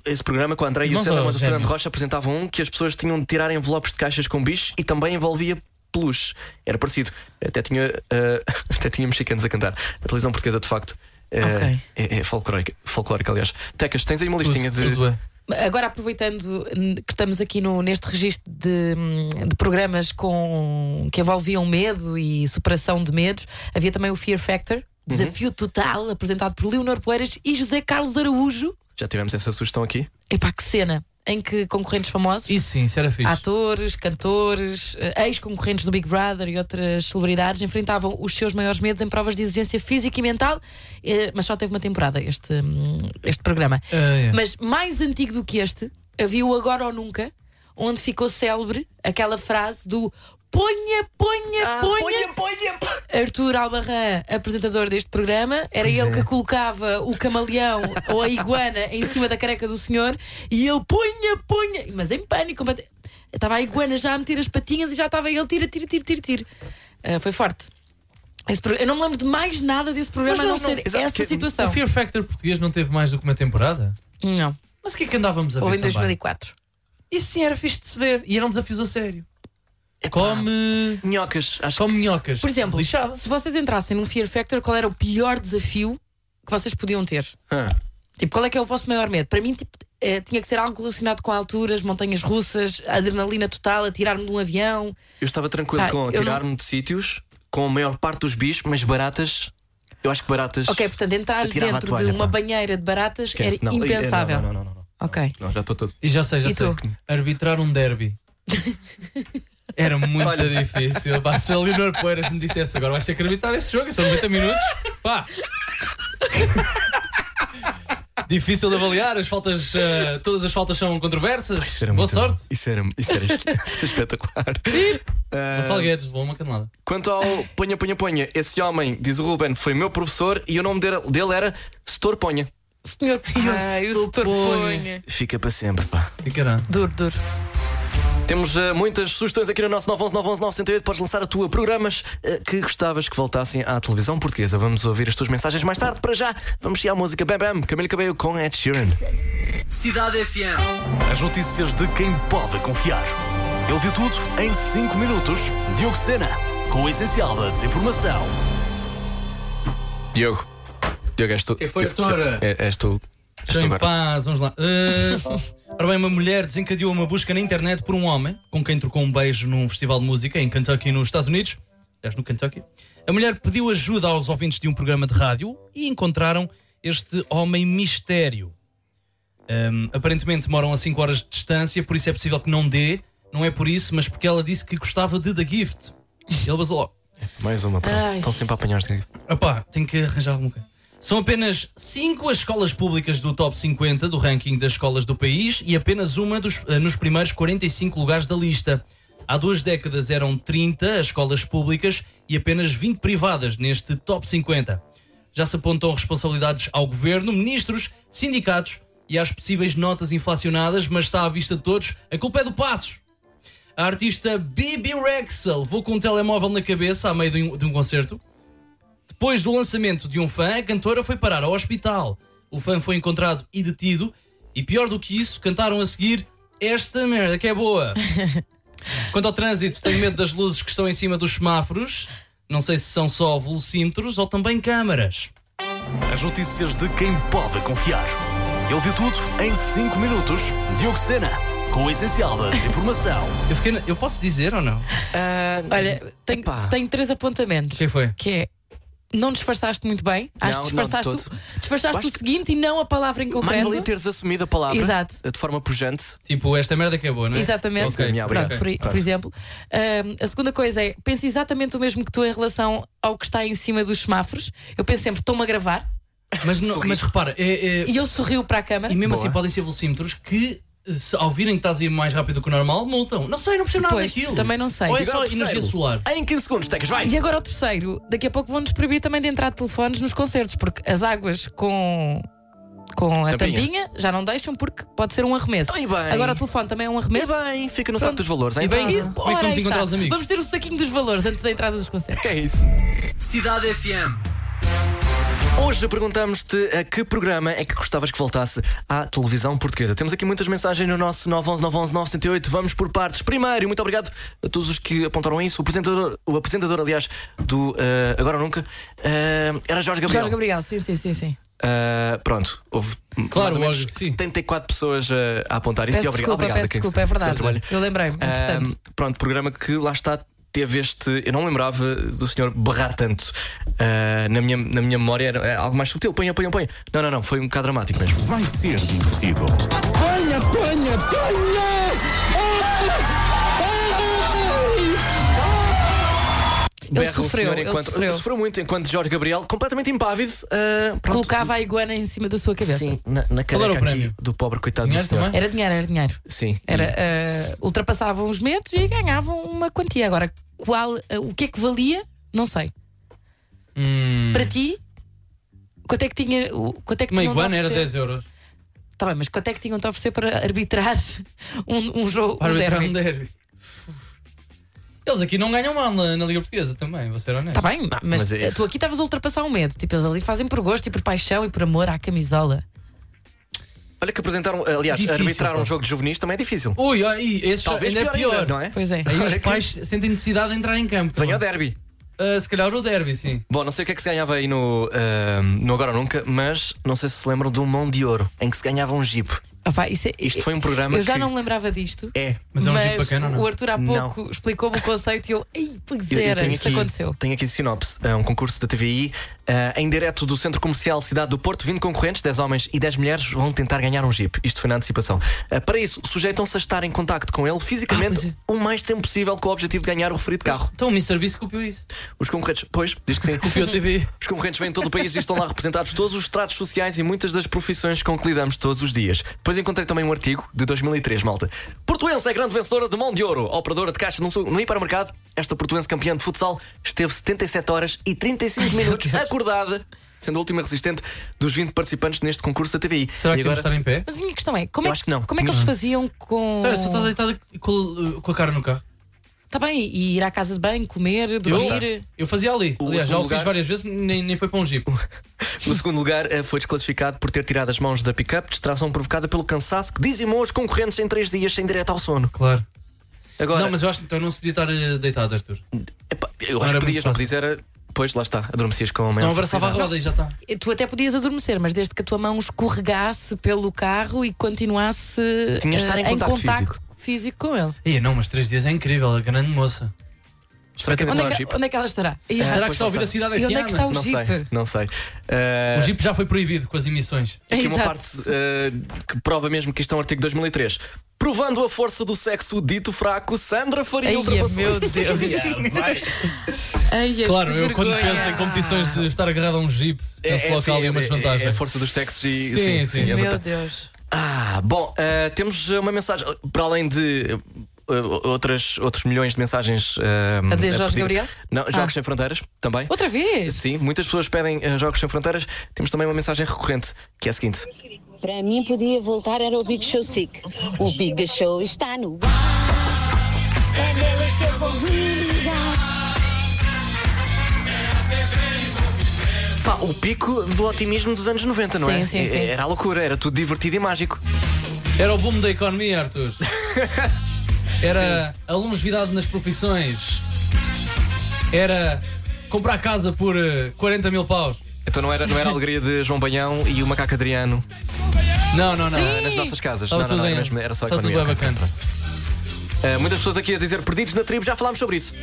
Speaker 4: esse programa com o André e o
Speaker 5: Irmãos
Speaker 4: César,
Speaker 5: ou
Speaker 4: mas o
Speaker 5: gêmeos?
Speaker 4: Fernando Rocha apresentava um que as pessoas tinham de tirar envelopes de caixas com bichos e também envolvia peluche. Era parecido. Até tinha, ah, até tinha mexicanos a cantar. A televisão portuguesa, de facto. É,
Speaker 3: Ok.
Speaker 4: é, é folclórica, folclórica, aliás. Tecas, tens aí uma
Speaker 5: Tudo,
Speaker 4: listinha de.
Speaker 5: tudo é.
Speaker 3: Agora, aproveitando hum, que estamos aqui no, neste registro de, hum, de programas com, que envolviam medo e superação de medos, havia também o Fear Factor,
Speaker 5: Uhum.
Speaker 3: Desafio Total, apresentado por Leonor Poeiras e José Carlos Araújo.
Speaker 4: Já tivemos essa sugestão aqui.
Speaker 3: Epá, que cena! Em que concorrentes famosos.
Speaker 5: Isso sim, isso era fixe.
Speaker 3: Ah, Atores, cantores, eh, ex-concorrentes do Big Brother e outras celebridades enfrentavam os seus maiores medos em provas de exigência física e mental, eh, mas só teve uma temporada este, hum, este programa.
Speaker 5: Ah, é.
Speaker 3: Mas mais antigo do que este, havia o Agora ou Nunca, onde ficou célebre aquela frase do ponha, ponha, ponha. Arthur Albarran, apresentador deste programa, era ele que colocava o camaleão ou a iguana em cima da careca do senhor e ele ponha, ponha, mas em pânico. completamente. Estava a iguana já a meter as patinhas e já estava ele tira, tira, tira, tira, tira. Ah, foi forte. Esse pro- Eu não me lembro de mais nada desse programa
Speaker 4: Mas
Speaker 3: a não,
Speaker 4: nós não-
Speaker 3: ser
Speaker 4: Exato,
Speaker 3: essa
Speaker 4: que-
Speaker 5: O
Speaker 3: situação.
Speaker 5: Fear Factor português não teve mais do que uma temporada?
Speaker 3: Não,
Speaker 5: Mas o que é que andávamos a ver?
Speaker 3: houve em
Speaker 5: também?
Speaker 3: 2004.
Speaker 5: Isso sim era fixe de se ver. E eram desafios a sério. Come.
Speaker 4: Minhocas, acho
Speaker 5: Come minhocas.
Speaker 4: é
Speaker 3: Por exemplo,
Speaker 5: Lixava.
Speaker 3: se vocês entrassem num Fear Factor, qual era o pior desafio que vocês podiam ter?
Speaker 4: Ah.
Speaker 3: Tipo, qual é que é o vosso maior medo? Para mim, tipo, eh, tinha que ser algo relacionado com alturas, montanhas russas, adrenalina total, atirar-me de um avião.
Speaker 4: Eu estava tranquilo
Speaker 3: Pá,
Speaker 4: com
Speaker 3: eu não-
Speaker 4: tirar-me de sítios com a maior parte dos bichos, mas baratas. Eu acho que baratas.
Speaker 3: Ok, portanto, entrar
Speaker 4: Atirava a
Speaker 3: dentro
Speaker 4: toalha,
Speaker 3: de uma
Speaker 4: pá.
Speaker 3: banheira de baratas
Speaker 4: Esquece,
Speaker 3: era
Speaker 4: não.
Speaker 3: impensável.
Speaker 4: Não, não, não, não, não.
Speaker 3: Ok.
Speaker 4: Não, já estou todo.
Speaker 5: E já sei, já
Speaker 3: E
Speaker 5: sei.
Speaker 3: tu?
Speaker 5: Arbitrar um derby. Era muito difícil. Pá, se a Leonor Poeiras me dissesse agora vais ter que arbitrar este jogo, são 90 minutos. Pá. difícil de avaliar, as faltas, eh, todas as faltas são controversas.
Speaker 4: Isso era
Speaker 5: Boa
Speaker 4: muito bom.
Speaker 5: sorte.
Speaker 4: Isso era, isso era est- espetacular. Ah,
Speaker 5: Gonçalo Guedes, levou uma canelada.
Speaker 4: quanto ao Ponha, Ponha, Ponha, esse homem, diz o Ruben, foi meu professor e o nome dele, dele era Setor Ponha.
Speaker 3: Senhor,
Speaker 4: Ah,
Speaker 3: ai, o setor ponha.
Speaker 4: Fica para sempre, pá.
Speaker 5: Ficará.
Speaker 3: Duro, duro.
Speaker 4: Temos eh, muitas sugestões aqui no nosso 911-911-908. Podes lançar a tua programas eh, que gostavas que voltassem à televisão portuguesa. Vamos ouvir as tuas mensagens mais tarde. Para já, vamos ir à música Bam Bam, Camilo Cabello com Ed Sheeran.
Speaker 1: Cidade FM.
Speaker 9: As notícias de quem pode confiar. Ele viu tudo em 5 minutos. Diogo Sena, com o essencial da desinformação.
Speaker 4: Diogo. Diogo, és tu.
Speaker 5: Quem foi, doutora?
Speaker 4: É- És tu. És tu
Speaker 5: Estou em
Speaker 4: agora.
Speaker 5: paz, vamos lá. Eh, ora bem, uma mulher desencadeou uma busca na internet por um homem com quem trocou um beijo num festival de música em Kentucky, nos Estados Unidos. Aliás, no Kentucky. A mulher pediu ajuda aos ouvintes de um programa de rádio e encontraram este homem mistério. Ahm, aparentemente moram a 5 horas de distância, por isso é possível que não dê. Não é por isso, mas porque ela disse que gostava de The Gift. E ele basou logo.
Speaker 4: Mais uma, pronto.
Speaker 3: Ai.
Speaker 4: Estão sempre a apanhar-te.
Speaker 5: Epá, tenho que arranjar alguma coisa. São apenas 5 as escolas públicas do top 50 do ranking das escolas do país e apenas uma dos- eh, nos primeiros 45 lugares da lista. Há duas décadas eram 30 as escolas públicas e apenas 20 privadas neste top 50. Já se apontam responsabilidades ao governo, ministros, sindicatos e às possíveis notas inflacionadas, mas está à vista de todos, a culpa é do Passos. A artista Bibi Rexel levou com um telemóvel na cabeça a meio de um- de um concerto. Depois do lançamento de um fã, a cantora foi parar ao hospital. O fã foi encontrado e detido, e pior do que isso, cantaram a seguir esta merda que é boa. Quanto ao trânsito, tenho medo das luzes que estão em cima dos semáforos. Não sei se são só velocímetros ou também câmaras.
Speaker 9: As notícias de quem pode confiar. Ele viu tudo em 5 minutos. Diogo Sena, com o essencial da desinformação.
Speaker 5: Eu, fiquei na- eu posso dizer ou não? O
Speaker 3: Olha, tenho,
Speaker 4: Epá.
Speaker 3: tenho três apontamentos.
Speaker 5: que foi?
Speaker 3: Que é. Não disfarçaste muito bem. Acho que
Speaker 4: Não, não, de
Speaker 3: disfarçaste,
Speaker 4: todo.
Speaker 3: o- disfarçaste
Speaker 4: Acho
Speaker 3: o
Speaker 4: que-
Speaker 3: seguinte e não a palavra em
Speaker 4: Mais
Speaker 3: concreto.
Speaker 4: valia teres assumido a palavra
Speaker 3: Exato.
Speaker 4: eh, de forma pujante.
Speaker 5: Tipo, esta merda que é boa, não é?
Speaker 3: Exatamente.
Speaker 5: Ok,
Speaker 4: minha
Speaker 3: Pronto,
Speaker 4: obrigado.
Speaker 5: ok.
Speaker 3: por, por
Speaker 4: Claro.
Speaker 3: exemplo. Ahm, a segunda coisa é, pensa exatamente o mesmo que tu em relação ao que está em cima dos semáforos. Eu penso sempre, estou-me a gravar
Speaker 5: Mas, não- mas repara, é- é-
Speaker 3: e eu sorrio para a câmara.
Speaker 5: e mesmo
Speaker 4: Boa.
Speaker 5: assim podem ser velocímetros que, se, ao virem que estás a ir mais rápido que o normal, multam. Não sei, não percebo nada
Speaker 3: Pois,
Speaker 5: daquilo.
Speaker 3: também não sei.
Speaker 5: Ou é
Speaker 3: E
Speaker 5: só
Speaker 4: agora o
Speaker 5: energia
Speaker 4: terceiro?
Speaker 5: solar.
Speaker 4: Em 15 segundos, tecas, vai!
Speaker 3: E agora o terceiro, daqui a pouco vão-nos proibir também de entrar telefones nos concertos, porque as águas com, com a
Speaker 4: Tampinha.
Speaker 3: tampinha já não deixam porque pode ser um arremesso.
Speaker 4: Ai, bem.
Speaker 3: Agora o telefone também é um
Speaker 4: E
Speaker 3: arremesso.
Speaker 4: bem, fica no saco
Speaker 3: Pronto.
Speaker 4: dos valores, hein?
Speaker 5: E bem, Como é que
Speaker 3: E, ora,
Speaker 5: vamos
Speaker 3: aí
Speaker 5: encontrar
Speaker 3: está.
Speaker 5: os amigos?
Speaker 3: Vamos ter o saquinho dos valores antes da entrada dos concertos.
Speaker 4: É isso.
Speaker 1: Cidade FM.
Speaker 4: Hoje perguntamos-te a que programa é que gostavas que voltasse à televisão portuguesa. Temos aqui muitas mensagens no nosso 911-911-978. Vamos por partes. Primeiro, muito obrigado a todos os que apontaram isso. O apresentador, o apresentador aliás, do eh, Agora ou Nunca eh, era Jorge Gabriel.
Speaker 3: Jorge Gabriel, sim, sim, sim, sim.
Speaker 4: Eh, pronto, houve
Speaker 5: Claro,
Speaker 4: mais ou menos
Speaker 5: lógico, sim.
Speaker 4: 74 pessoas eh, a apontar isso.
Speaker 3: Peço
Speaker 4: e obrigado,
Speaker 3: desculpa,
Speaker 4: obrigado a
Speaker 3: peço
Speaker 4: quem
Speaker 3: desculpa, é
Speaker 4: fez o
Speaker 3: verdade. É
Speaker 4: trabalho. Ah,
Speaker 3: Eu lembrei-me, entretanto.
Speaker 4: Ahm, pronto, programa que lá está teve este. Eu não lembrava do senhor barrar tanto. Ah, na, minha, na minha memória era é algo mais sutil. Põe, põe, põe. Não, não, não. Foi um bocado dramático mesmo.
Speaker 9: Vai ser divertido.
Speaker 6: Ponha, ponha, ponha! Ai, ai.
Speaker 4: berra
Speaker 3: sofreu,
Speaker 4: o senhor
Speaker 3: ele
Speaker 4: enquanto.
Speaker 3: sofreu.
Speaker 4: muito enquanto Jorge Gabriel, completamente impávido, ah, pronto.
Speaker 3: Colocava a iguana em cima da sua cabeça.
Speaker 4: Sim, na,
Speaker 5: Qual era
Speaker 4: na careca
Speaker 5: o
Speaker 4: aqui
Speaker 5: prémio?
Speaker 4: do pobre coitado
Speaker 5: Dinheiro
Speaker 4: do senhor.
Speaker 5: também?
Speaker 3: Era dinheiro, era dinheiro.
Speaker 4: Sim.
Speaker 3: Era, ah, ultrapassavam os metros e ganhavam uma quantia. Agora, qual, ah, o que é que valia? Não sei.
Speaker 5: Hum,
Speaker 3: Para ti, quanto é que tinha. o- Quanto é que
Speaker 5: uma
Speaker 3: tinham de
Speaker 5: iguana era
Speaker 3: oferecer?
Speaker 5: 10 euros.
Speaker 3: Tá bem, mas quanto é que tinham de oferecer para arbitrar um, um jogo? Um
Speaker 5: Árbitro
Speaker 3: derby?
Speaker 5: um derby. Eles aqui não ganham mal na, na Liga Portuguesa também, vou ser honesto.
Speaker 3: Tá bem, mas,
Speaker 4: mas é isso.
Speaker 3: tu aqui estavas a ultrapassar o medo. Tipo, eles ali fazem por gosto e por paixão e por amor à camisola.
Speaker 4: Olha que apresentaram, aliás,
Speaker 5: Difícil,
Speaker 4: arbitrar
Speaker 5: pá.
Speaker 4: um jogo de juvenis também é difícil.
Speaker 5: Ui, olha, e esse
Speaker 4: Talvez
Speaker 5: ainda
Speaker 4: pior,
Speaker 5: é pior.
Speaker 4: ainda, não é?
Speaker 3: Pois é.
Speaker 5: Aí os
Speaker 4: Olha que-
Speaker 5: pais sentem necessidade de entrar em campo.
Speaker 4: Venha ao derby.
Speaker 5: Ah, se calhar o derby, sim.
Speaker 4: Bom, não sei o que é que se ganhava aí no, ah, no Agora ou Nunca, mas não sei se se lembram do Mão de Ouro, em que se ganhava um Jeep.
Speaker 3: Ah pá, isso é-
Speaker 4: Isto foi um programa
Speaker 3: Eu já
Speaker 4: que-
Speaker 3: não me lembrava disto.
Speaker 4: É.
Speaker 5: Mas é um jeito bacana, não é?
Speaker 3: o Arthur há
Speaker 4: Não.
Speaker 3: pouco explicou-me o conceito e eu, ei, pois
Speaker 4: Eu- eu
Speaker 3: era,
Speaker 4: tenho
Speaker 3: isto
Speaker 4: aqui-
Speaker 3: aconteceu.
Speaker 4: Tenho aqui sinopse, é um concurso da TVI ah, em direto do Centro Comercial Cidade do Porto. 20 concorrentes, 10 homens e 10 mulheres vão tentar ganhar um Jeep. Isto foi na antecipação. Ah, para isso, sujeitam-se a estar em contacto com ele fisicamente
Speaker 3: Ah,
Speaker 4: o mais tempo possível com o objetivo de ganhar o referido carro.
Speaker 5: Então o Mr. Beast copiou isso.
Speaker 4: Os concorrentes, pois, diz que sim.
Speaker 5: Copiou a TV.
Speaker 4: Os concorrentes vêm de todo o país e estão lá representados todos os estratos sociais e muitas das profissões com que lidamos todos os dias. Depois encontrei também um artigo de 2003, malta. Portuense é grande vencedora de mão de ouro. Operadora de caixa no, su- no hipermercado, esta portuense campeã de futsal esteve 77 horas e 35 minutos acordada, sendo a última resistente dos 20 participantes neste concurso da TVI.
Speaker 5: Será
Speaker 4: e
Speaker 5: que agora...
Speaker 4: agora
Speaker 5: estar em pé?
Speaker 3: Mas a minha questão é, como
Speaker 4: Eu
Speaker 3: é,
Speaker 4: acho que não.
Speaker 3: como é que eles faziam com.
Speaker 5: Espera, só está deitado com, com a cara no carro.
Speaker 3: Tá bem, e ir à casa de banho, comer,
Speaker 5: Eu,
Speaker 3: dormir.
Speaker 5: eu fazia ali.
Speaker 4: O
Speaker 5: Aliás, já o
Speaker 4: lugar-
Speaker 5: fiz várias vezes, nem, nem foi para um jeep.
Speaker 4: o segundo lugar eh, foi desclassificado por ter tirado as mãos da pick-up, distração provocada pelo cansaço que dizimou os concorrentes em 3 dias sem direto ao sono.
Speaker 5: Claro.
Speaker 4: Agora,
Speaker 5: Não, mas eu acho que então não se podia estar eh, deitado, Arthur.
Speaker 4: Epá, eu
Speaker 5: Não
Speaker 4: acho
Speaker 5: era
Speaker 4: que
Speaker 5: muito
Speaker 4: podias,
Speaker 5: fácil.
Speaker 4: não podias, era. Pois, lá está, adormecias com a maior
Speaker 5: Não abraçava a
Speaker 4: facilidade.
Speaker 5: roda e já está.
Speaker 3: Tu até podias adormecer, mas desde que a tua mão escorregasse pelo carro e continuasse
Speaker 4: Tinhas de estar
Speaker 3: eh,
Speaker 4: em contacto
Speaker 3: contacto físico. com ele.
Speaker 5: Ih, não, mas três dias é incrível, a grande moça.
Speaker 4: Será que ainda
Speaker 3: Onde
Speaker 4: está
Speaker 3: é,
Speaker 4: o
Speaker 3: que,
Speaker 4: Jeep?
Speaker 3: onde é que ela estará? Ih,
Speaker 4: Ah,
Speaker 5: Será
Speaker 4: pois
Speaker 5: que está a ouvir
Speaker 4: lá
Speaker 5: a cidade
Speaker 3: E onde é que está
Speaker 5: FM?
Speaker 3: o
Speaker 4: Não sei,
Speaker 3: Jeep?
Speaker 4: não sei.
Speaker 5: O
Speaker 4: Eh,
Speaker 5: jeep já foi proibido com as emissões.
Speaker 4: aqui uma
Speaker 3: Exato.
Speaker 4: parte eh, que prova mesmo que isto é um artigo de 2003. Provando a força do sexo dito fraco, Sandra Faria
Speaker 3: Ai,
Speaker 4: ultrapassou. É,
Speaker 3: meu Deus. é Ai, é
Speaker 5: Claro,
Speaker 3: que
Speaker 5: eu quando
Speaker 3: vergonha.
Speaker 5: penso em competições de estar agarrado a um jeep, nesse local
Speaker 4: sim,
Speaker 5: é uma
Speaker 4: é
Speaker 5: desvantagem.
Speaker 4: a força dos sexos e.
Speaker 5: Sim, sim.
Speaker 4: é
Speaker 5: Meu
Speaker 4: verdade.
Speaker 3: Meu Deus.
Speaker 4: Ah, bom, eh, temos uma mensagem. Para além de eh, outras, outros milhões de mensagens. eh,
Speaker 3: A dizer Jorge
Speaker 4: pedir-
Speaker 3: Gabriel?
Speaker 4: Não, Jogos
Speaker 3: Ah.
Speaker 4: Sem Fronteiras também.
Speaker 3: Outra vez?
Speaker 4: Sim, muitas pessoas pedem eh, Jogos Sem Fronteiras. Temos também uma mensagem recorrente, que é a seguinte:
Speaker 7: Para mim podia voltar era o Big Show Sick. O Big Show está no
Speaker 6: É nele que eu vou me ligar.
Speaker 4: pá, o pico do otimismo dos anos 90, não é?
Speaker 3: Sim, sim, sim.
Speaker 4: Era a loucura, era tudo divertido e mágico.
Speaker 5: Era o boom da economia, Arthur. Era a longevidade nas profissões. Era comprar casa por eh, 40 mil paus.
Speaker 4: Então não era, não era a alegria de João Banhão e o macaco Adriano
Speaker 5: Não, não, não.
Speaker 4: eh, nas nossas casas.
Speaker 5: Estava
Speaker 4: não, não,
Speaker 5: tudo
Speaker 4: não,
Speaker 5: bem.
Speaker 4: era, mesmo, era só a
Speaker 5: Estava tudo
Speaker 4: economia.
Speaker 5: bem bacana.
Speaker 4: Eh, muitas pessoas aqui a dizer perdidos na tribo, já falámos sobre isso.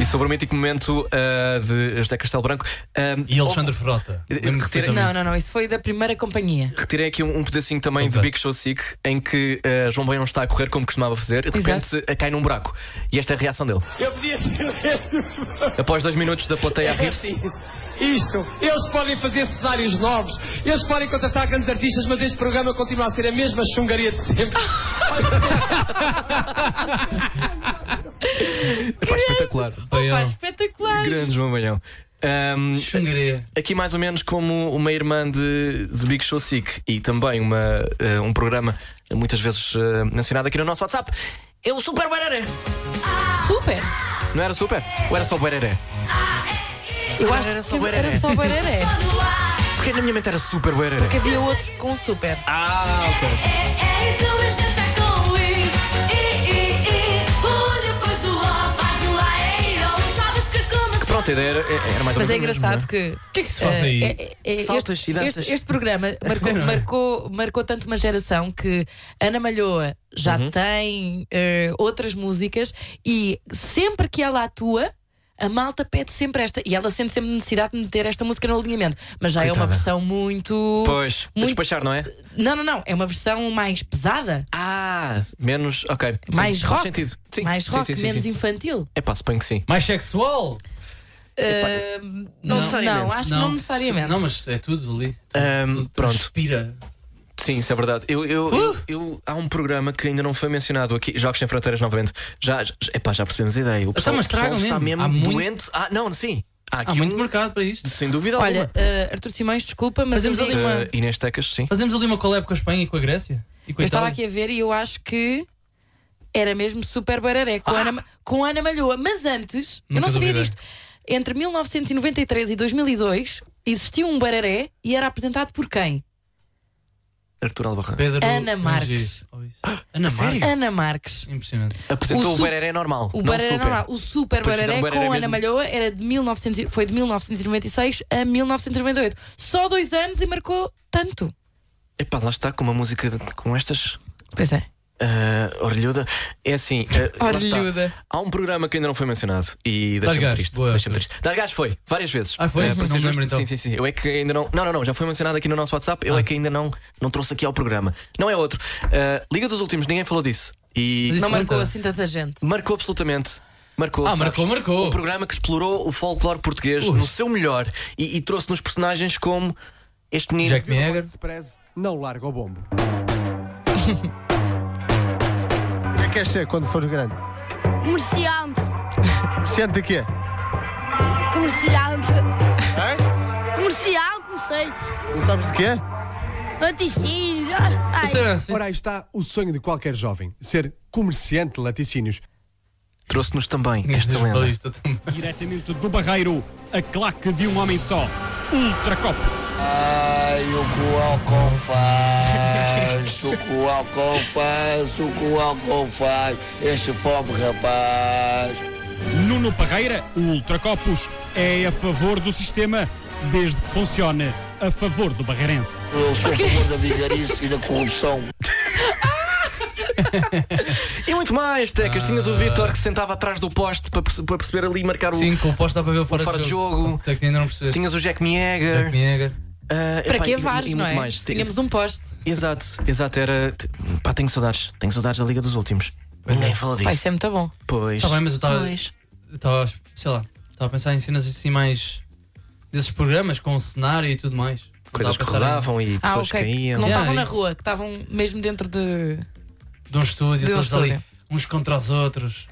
Speaker 4: E sobre o mítico momento eh, de José Castelo Branco. Eh,
Speaker 5: E Alexandre
Speaker 4: houve-
Speaker 5: Frota.
Speaker 4: Eh,
Speaker 5: Lembro-me
Speaker 4: retira-
Speaker 5: perfeitamente.
Speaker 3: Não, não, não. Isso foi da primeira companhia.
Speaker 4: Retirei aqui um, um pedacinho também
Speaker 5: Vamos
Speaker 4: de
Speaker 5: lá.
Speaker 4: Big Show Sick em que eh, João Baião está a correr como costumava fazer e de repente
Speaker 3: Exato.
Speaker 4: eh, cai num buraco. E esta é a reação dele.
Speaker 10: Eu podia ser
Speaker 4: Após dois minutos da plateia a
Speaker 10: é
Speaker 4: rir-se,
Speaker 10: assim. Isto, eles podem fazer cenários novos, eles podem contratar grandes artistas, mas este programa continua a ser a mesma chungaria de sempre.
Speaker 4: Epá, espetacular.
Speaker 5: Baião.
Speaker 3: Pá, espetacular.
Speaker 4: Grande João Baião. Ahm,
Speaker 5: Xungaria.
Speaker 4: aqui mais ou menos como uma irmã de, de Big Show Sick e também uma, eh, um programa muitas vezes eh, mencionado aqui no nosso WhatsApp. É o Super Bararé.
Speaker 3: Super.
Speaker 4: Não era Super? Ou era só Bararé?
Speaker 3: Eu
Speaker 4: calhar
Speaker 3: acho
Speaker 4: era só
Speaker 3: que
Speaker 4: Bararé.
Speaker 3: era só Bararé.
Speaker 4: Porque na minha mente era Super Bararé.
Speaker 3: Porque havia outro com um Super.
Speaker 4: Ah, ok.
Speaker 8: um tá
Speaker 4: Pronto, a ideia era, era mais ou menos.
Speaker 3: Mas é
Speaker 4: a mesma, não
Speaker 3: engraçado que.
Speaker 5: O que é que se
Speaker 3: eh,
Speaker 5: faz aí?
Speaker 3: é- é- é
Speaker 4: Saltas
Speaker 3: este,
Speaker 4: e danças.
Speaker 3: este- este programa marcou,
Speaker 5: Não é?
Speaker 3: marcou, marcou tanto uma geração que Ana Malhoa já tem eh, outras músicas e sempre que ela atua, a malta pede sempre esta. E ela sente sempre necessidade de meter esta música no alinhamento. Mas já é
Speaker 4: Coitada.
Speaker 3: uma versão muito.
Speaker 4: Pois, muito...
Speaker 3: muito...
Speaker 4: despachar, não é?
Speaker 3: Não, não, não. É uma versão mais pesada,
Speaker 4: Ah, menos. Ok. Sim,
Speaker 3: mais
Speaker 4: faz
Speaker 3: rock.
Speaker 4: sentido. Sim,
Speaker 3: Mais
Speaker 4: sim,
Speaker 3: rock,
Speaker 4: sim, sim,
Speaker 3: menos
Speaker 4: sim.
Speaker 3: infantil.
Speaker 4: É pá, suponho que sim.
Speaker 5: Mais sexual?
Speaker 3: Ahm, não,
Speaker 4: necessariamente.
Speaker 3: acho que não necessariamente.
Speaker 5: Não, mas é tudo ali.
Speaker 4: Ahm,
Speaker 5: Tudo
Speaker 4: pronto.
Speaker 5: Respira.
Speaker 4: Sim, isso é verdade. Eu, eu,
Speaker 5: Uh!
Speaker 4: eu, eu- há um programa que ainda não foi mencionado aqui, Jogos Sem Fronteiras novamente. Já, já, epá, já percebemos a ideia. O pessoal,
Speaker 5: Então, mas
Speaker 4: o pessoal
Speaker 5: tragam
Speaker 4: está
Speaker 5: mesmo.
Speaker 4: mesmo,
Speaker 5: Há muito-
Speaker 4: doente. Ah, não, sim. Há
Speaker 5: Há
Speaker 4: aqui
Speaker 5: muito
Speaker 4: um,
Speaker 5: mercado para isto.
Speaker 4: sem dúvida
Speaker 3: Olha,
Speaker 4: alguma.
Speaker 3: ah, Artur Simões, desculpa, mas
Speaker 5: Fazemos
Speaker 3: eu
Speaker 5: ali
Speaker 3: digo-
Speaker 5: uma-
Speaker 4: Uh, Inês Tecas, sim.
Speaker 5: Fazemos ali uma collab com a Espanha e com a Grécia? E com
Speaker 3: Eu
Speaker 5: a
Speaker 3: estava
Speaker 5: Itália?
Speaker 3: aqui a ver e eu acho que era mesmo super bararé com,
Speaker 4: Ah.
Speaker 3: Ana, com Ana Malhoa. Mas antes, eu
Speaker 5: Nunca
Speaker 3: não sabia
Speaker 5: duvidei.
Speaker 3: disto. Entre 1993 e 2002 existiu um bararé e era apresentado por quem?
Speaker 4: Artur Albarran.
Speaker 5: Pedro
Speaker 3: Ana
Speaker 5: Angé.
Speaker 3: Marques.
Speaker 5: Oh, isso. Ana
Speaker 4: sério?
Speaker 5: Marques.
Speaker 3: Ana Marques.
Speaker 5: Impressionante.
Speaker 4: Apresentou
Speaker 3: o
Speaker 4: o,
Speaker 3: su-
Speaker 4: Bararé normal.
Speaker 3: O
Speaker 4: não
Speaker 3: bararé
Speaker 4: super.
Speaker 3: não, não, o super
Speaker 4: Depois
Speaker 3: bararé
Speaker 4: fizeram
Speaker 3: com
Speaker 4: bararé
Speaker 3: Ana
Speaker 4: mesmo.
Speaker 3: Malhoa era de 1900, e- foi de 1996 a 1998. Só dois anos e marcou tanto.
Speaker 4: Epá, lá está, com uma música de- com estas.
Speaker 3: Pois é.
Speaker 4: ah, orelhuda. É assim. ah, lá está.
Speaker 3: Orelhuda.
Speaker 4: Há um programa que ainda não foi mencionado e
Speaker 5: Dar
Speaker 4: deixa-me
Speaker 5: Gás,
Speaker 4: triste.
Speaker 5: boa,
Speaker 4: Deixa-me
Speaker 5: boa.
Speaker 4: triste. Dar Gás foi, várias vezes.
Speaker 5: Ah, foi?
Speaker 4: Eh,
Speaker 5: Uhum.
Speaker 4: para ser
Speaker 5: Não
Speaker 4: justo,
Speaker 5: lembro, então. Ah.
Speaker 4: Sim, sim, sim. Eu é que ainda não. Não, não, não, já foi mencionado aqui no nosso WhatsApp. Eu é que ainda não, não trouxe aqui ao programa. Não é outro. Eh, Liga dos Últimos, ninguém falou disso. E
Speaker 5: Mas isso
Speaker 3: Não marcou
Speaker 5: conta.
Speaker 3: assim tanta gente.
Speaker 4: marcou absolutamente. Marcou,
Speaker 5: Ah,
Speaker 4: sabes?
Speaker 5: marcou, marcou.
Speaker 4: Um programa que explorou o folclore português no seu melhor e, e trouxe-nos personagens como este menino.
Speaker 5: Jack Meager.
Speaker 11: não larga o bombo. O que é que queres ser quando fores grande?
Speaker 6: Comerciante,
Speaker 11: Sente aqui.
Speaker 6: comerciante. Comerciante, não sei.
Speaker 11: Não sabes de quê?
Speaker 6: Laticínios. Ai,
Speaker 5: Será assim?
Speaker 11: Ora, aí está o sonho de qualquer jovem: ser comerciante de laticínios.
Speaker 4: Trouxe-nos também
Speaker 5: Tinhas
Speaker 4: esta
Speaker 5: de
Speaker 4: lenda.
Speaker 5: lista também.
Speaker 9: Diretamente do Barreiro, a claque de um homem só. Ultracop.
Speaker 6: Ai, o coal com faz, o coal com faz, o coal com faz, este pobre rapaz.
Speaker 9: Nuno Parreira, o Ultracopos, é a favor do sistema, desde que funcione a favor do Barreirense.
Speaker 6: Eu sou a favor da vigarice e da corrupção.
Speaker 4: E muito mais, Tecas. Tinhas o Vitor que se sentava atrás do poste para, perce- para perceber ali e marcar o.
Speaker 5: Sim, com o posto dá para ver o fora,
Speaker 4: fora
Speaker 5: de
Speaker 4: de
Speaker 5: jogo.
Speaker 4: jogo.
Speaker 5: Até que ainda não percebeste.
Speaker 4: Tinhas o Jack Meager.
Speaker 5: Jack Meager.
Speaker 4: Ah,
Speaker 3: Para
Speaker 4: epá,
Speaker 3: que
Speaker 4: e-
Speaker 3: vares,
Speaker 4: e
Speaker 3: não
Speaker 4: muito
Speaker 3: é?
Speaker 4: mais. Te-
Speaker 3: Tínhamos um poste.
Speaker 4: Exato, exato, era. te- Pá, tenho saudades. Tenho saudades da Liga dos Últimos. Ninguém falou disso.
Speaker 3: Vai ser muito bom.
Speaker 4: Pois.
Speaker 5: Tá bem, mas eu tava-
Speaker 4: Pois.
Speaker 5: Eu Estava, a- sei lá, estava a pensar em cenas assim mais. desses programas com cenário e tudo mais. Eu
Speaker 4: Coisas que
Speaker 5: estava a pensar em-
Speaker 4: rodavam e
Speaker 3: Ah,
Speaker 4: pessoas
Speaker 3: ok. Que
Speaker 4: caíam.
Speaker 3: não
Speaker 5: Yeah,
Speaker 3: estavam na
Speaker 5: isso.
Speaker 3: rua, que estavam mesmo dentro de.
Speaker 5: De um estúdio,
Speaker 3: De um
Speaker 5: todos ali,
Speaker 3: estúdio.
Speaker 5: uns contra os outros.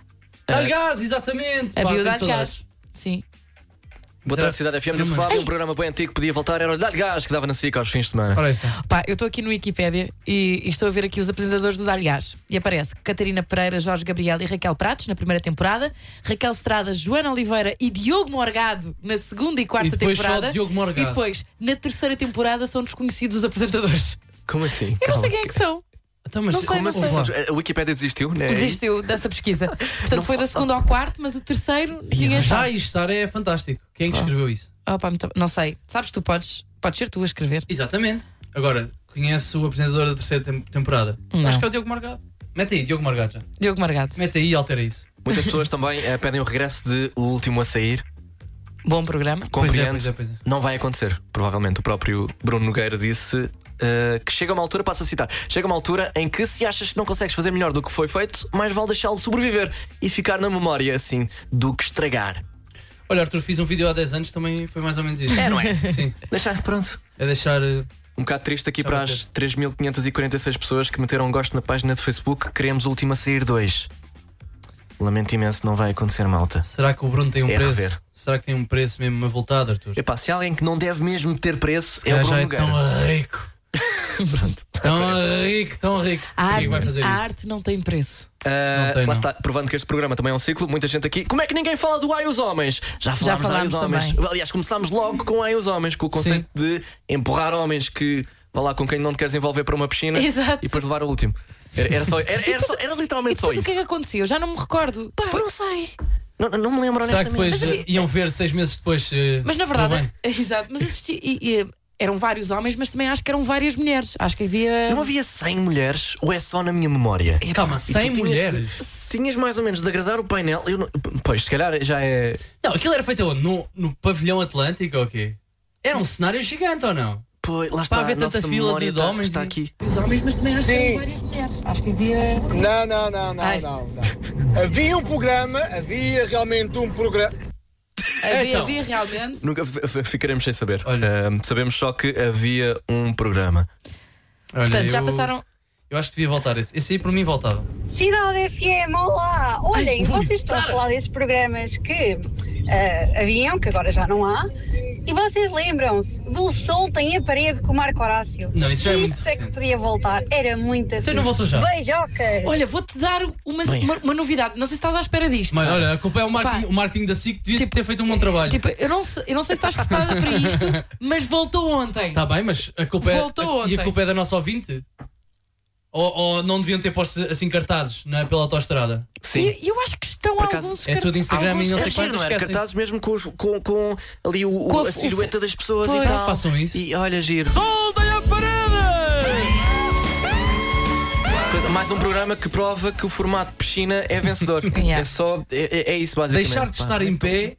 Speaker 5: Dar gás, exatamente! pá,
Speaker 3: Havia
Speaker 5: tenho
Speaker 3: o dar
Speaker 5: saudades.
Speaker 3: gás. Sim.
Speaker 4: Boa tarde, Cidade FM.
Speaker 5: Era
Speaker 4: Diz o
Speaker 5: uma-
Speaker 4: Flávio, um programa bem antigo que podia voltar. Era o Dar Gás que dava na SIC aos fins de semana.
Speaker 5: Ora aí está.
Speaker 3: Pá, eu estou aqui no Wikipédia e, e estou a ver aqui os apresentadores dos Aliás. E aparece Catarina Pereira, Jorge Gabriel e Raquel Pratos na primeira temporada, Raquel Estrada, Joana Oliveira e Diogo Morgado na segunda e quarta
Speaker 5: E depois só
Speaker 3: temporada.
Speaker 5: Diogo Morgado.
Speaker 3: E depois, na terceira temporada, são desconhecidos os apresentadores.
Speaker 4: Como assim?
Speaker 3: Eu não
Speaker 4: Calma.
Speaker 3: sei quem é que são.
Speaker 5: Então, mas
Speaker 3: Não sei,
Speaker 5: como
Speaker 3: não
Speaker 5: é que
Speaker 3: sei.
Speaker 5: vamos lá?
Speaker 4: A Wikipédia desistiu, né?
Speaker 3: Desistiu dessa pesquisa. Portanto, foi da segunda ao quarto, mas o terceiro ninguém
Speaker 5: Já
Speaker 3: sabe.
Speaker 5: isto estar é fantástico. Quem é que escreveu isso?
Speaker 3: Oh, pá, muito- não sei. Sabes, tu podes, podes ser tu a escrever.
Speaker 5: Exatamente. Agora, conhece o apresentador da terceira tem- temporada?
Speaker 3: Não.
Speaker 5: Acho que é o Diogo Margado. Mete aí, Diogo Margado já.
Speaker 3: Diogo Morgado.
Speaker 5: Mete aí e altera isso.
Speaker 4: Muitas pessoas também eh, pedem o regresso de o último a sair.
Speaker 3: Bom programa.
Speaker 5: Pois é,
Speaker 4: Compreendo.
Speaker 5: pois é, pois é.
Speaker 4: Não vai acontecer, provavelmente. O próprio Bruno Nogueira disse uh, que chega uma altura, passo a citar, chega uma altura em que se achas que não consegues fazer melhor do que foi feito, mais vale deixá-lo sobreviver e ficar na memória, assim, do que estragar.
Speaker 5: Olha, Arthur, fiz um vídeo há 10 anos, também foi mais ou menos isso. É, não é? Sim.
Speaker 4: Deixar, pronto.
Speaker 5: É deixar. eh,
Speaker 4: Um bocado triste aqui
Speaker 5: Já
Speaker 4: para
Speaker 5: vai
Speaker 4: as 3.546 pessoas que meteram um gosto na página do Facebook. Queremos o último a sair dois. Lamento imenso, não vai acontecer, malta.
Speaker 5: Será que o Bruno tem um
Speaker 4: É
Speaker 5: preço?
Speaker 4: rever.
Speaker 5: Será que tem um preço mesmo uma voltada, Arthur?
Speaker 4: Epá, É se há alguém que não deve mesmo ter preço, é o
Speaker 5: Já, já
Speaker 4: Bruno
Speaker 5: é tão
Speaker 4: Nogueira.
Speaker 5: rico. tão rico, tão rico.
Speaker 3: A
Speaker 5: Quem é que vai fazer
Speaker 3: arte, a
Speaker 5: isso?
Speaker 3: arte não tem preço.
Speaker 4: Ah,
Speaker 5: Não tem,
Speaker 4: lá
Speaker 5: não.
Speaker 4: está, provando que este programa também é um ciclo, muita gente aqui. Como é que ninguém fala do Ai os Homens? Já falámos, de Ai os
Speaker 3: falámos
Speaker 4: Homens. Aliás, começámos logo com Ai os Homens, com o conceito de empurrar homens que vá lá com quem não te queres envolver para uma piscina
Speaker 3: Exato.
Speaker 4: e depois levar o último. Era, era só, era, era, só- era
Speaker 3: E
Speaker 4: literalmente só
Speaker 3: depois o
Speaker 4: isso.
Speaker 3: que é que aconteceu? Já não me recordo.
Speaker 4: Pá, não sei. Não, não me lembro
Speaker 5: Será que
Speaker 4: honestamente.
Speaker 5: depois eh, iam ver seis meses depois. eh,
Speaker 3: Mas na
Speaker 5: se
Speaker 3: verdade,
Speaker 5: tudo bem?
Speaker 3: exato, mas assisti. E, e eram vários homens, mas também acho que eram várias mulheres. Acho que havia.
Speaker 4: Não havia 100 mulheres ou é só na minha memória?
Speaker 5: Calma,
Speaker 4: E tu
Speaker 5: 100
Speaker 4: tinhas de-
Speaker 5: mulheres?
Speaker 4: tinhas mais ou menos de agradar o painel. Eu não- pois, se calhar já é.
Speaker 5: Não, aquilo era feito onde? No, no pavilhão atlântico ou quê? Era um cenário gigante ou não?
Speaker 4: Pois, lá
Speaker 5: está, Para haver a tanta nossa fila memória de está- homens está e-
Speaker 4: tá- aqui.
Speaker 3: Os homens, mas também acho que
Speaker 6: Sim.
Speaker 3: eram várias mulheres. Acho que havia.
Speaker 6: Não, não, não, não,
Speaker 3: Ai.
Speaker 6: não, não. Havia um programa, havia realmente um programa.
Speaker 3: Havia,
Speaker 5: Então.
Speaker 3: havia realmente.
Speaker 4: Nunca f- f- ficaremos sem saber. Ahm, sabemos só que havia um programa.
Speaker 5: Olha,
Speaker 3: Portanto, já
Speaker 5: eu-
Speaker 3: passaram.
Speaker 5: Eu acho que devia voltar. Esse, esse aí por mim voltava.
Speaker 12: Cidade FM, olá! Olhem, vocês estão a falar desses programas que ah, haviam, que agora já não há, e vocês lembram-se do Sol tem a parede com o Marco Horácio?
Speaker 5: Não, isso já é muito
Speaker 12: é que podia voltar, era muita
Speaker 5: Então não voltou já.
Speaker 12: Beijocas!
Speaker 3: Olha, vou-te dar uma, uma, uma novidade. Não sei se estás à espera disto.
Speaker 5: Mas
Speaker 3: Sara.
Speaker 5: olha, a culpa é o marketing,
Speaker 3: Pá.
Speaker 5: o marketing da SIC que devia ter feito um bom trabalho.
Speaker 3: Tipo, eu não, sei, eu não sei se estás preparada para isto, mas voltou ontem.
Speaker 5: Está Tá bem, mas a culpa é.
Speaker 3: Voltou
Speaker 5: a- e
Speaker 3: ontem.
Speaker 5: a culpa é da nossa ouvinte? Ou, ou não deviam ter posto assim cartazes não é, pela autoestrada?
Speaker 3: E eu acho que estão
Speaker 5: Por acaso,
Speaker 3: alguns
Speaker 5: é tudo Instagram
Speaker 3: alguns
Speaker 5: e não sei
Speaker 3: cartazes.
Speaker 5: quantas,
Speaker 4: Não era
Speaker 5: esquecem-se.
Speaker 4: cartazes mesmo com, os- com, com ali o, o-
Speaker 3: Com a-
Speaker 4: a silhueta
Speaker 3: o-
Speaker 4: das pessoas
Speaker 3: Pois.
Speaker 4: e tal.
Speaker 5: Façam isso.
Speaker 4: E olha, giro. Soltem a parede! Mais um programa que prova que o formato piscina é vencedor.
Speaker 3: Yeah.
Speaker 4: É só. É, é- é isso, basicamente.
Speaker 5: Deixar de
Speaker 4: Pá.
Speaker 5: estar em pé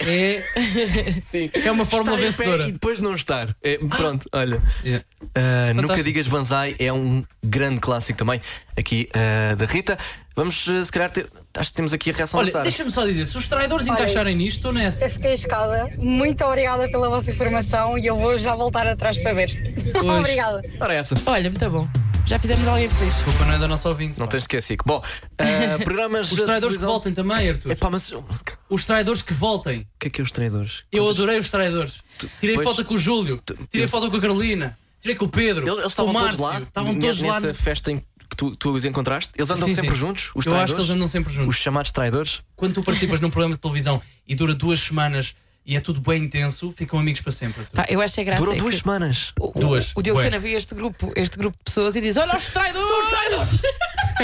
Speaker 5: é.
Speaker 4: Sim.
Speaker 5: é uma fórmula
Speaker 4: Estar em pé
Speaker 5: vencedora.
Speaker 4: E depois não estar. É, pronto, olha.
Speaker 5: Yeah.
Speaker 4: Ah, nunca
Speaker 5: Fantástico.
Speaker 4: digas banzai é um grande clássico também aqui ah, da Rita. Vamos, ah, se calhar, ter- acho que temos aqui a reação da
Speaker 5: Olha,
Speaker 4: Sara.
Speaker 5: deixa-me só dizer, se os traidores
Speaker 12: Olha.
Speaker 5: encaixarem nisto, estou nessa.
Speaker 12: Eu fiquei escada. Muito obrigada pela vossa informação e eu vou já voltar atrás para ver.
Speaker 5: Pois.
Speaker 12: obrigada.
Speaker 4: Ora, essa.
Speaker 3: Olha, muito bom. Já fizemos alguém feliz.
Speaker 5: Culpa não é da nossa ouvinte.
Speaker 4: Não tens esquecido. Bom, ah, programas.
Speaker 5: Os
Speaker 4: da
Speaker 5: traidores que
Speaker 4: televisão-
Speaker 5: voltem também, Arthur.
Speaker 4: Epá, mas o que
Speaker 5: Os traidores que voltem.
Speaker 4: é que é os traidores?
Speaker 5: Eu adorei os traidores. Tirei
Speaker 4: pois-
Speaker 5: foto com o Júlio, tirei
Speaker 4: eu-
Speaker 5: foto com a Carolina, tirei com o Pedro,
Speaker 4: Eles, eles
Speaker 5: com
Speaker 4: estavam
Speaker 5: o
Speaker 4: todos
Speaker 5: Márcio.
Speaker 4: lá.
Speaker 5: Estavam
Speaker 4: ne-
Speaker 5: todos lá.
Speaker 4: nessa festa em que tu, tu os encontraste. Eles andam
Speaker 5: Sim,
Speaker 4: sempre
Speaker 5: sim.
Speaker 4: juntos, os
Speaker 5: Eu
Speaker 4: traidores.
Speaker 5: acho que eles andam sempre juntos.
Speaker 4: Os chamados traidores.
Speaker 5: Quando tu participas num programa de televisão e dura duas semanas e é tudo bem intenso, ficam amigos para sempre. Arthur.
Speaker 4: Tá.
Speaker 3: Pá, eu achei
Speaker 5: Ah,
Speaker 3: graça.
Speaker 4: Durou
Speaker 3: é
Speaker 4: duas
Speaker 3: que
Speaker 4: semanas.
Speaker 3: o- o-
Speaker 5: Duas.
Speaker 3: O Diogo
Speaker 5: Ué.
Speaker 3: Sena viu este grupo, este grupo de pessoas e diz: Olha os traidores! Os traidores!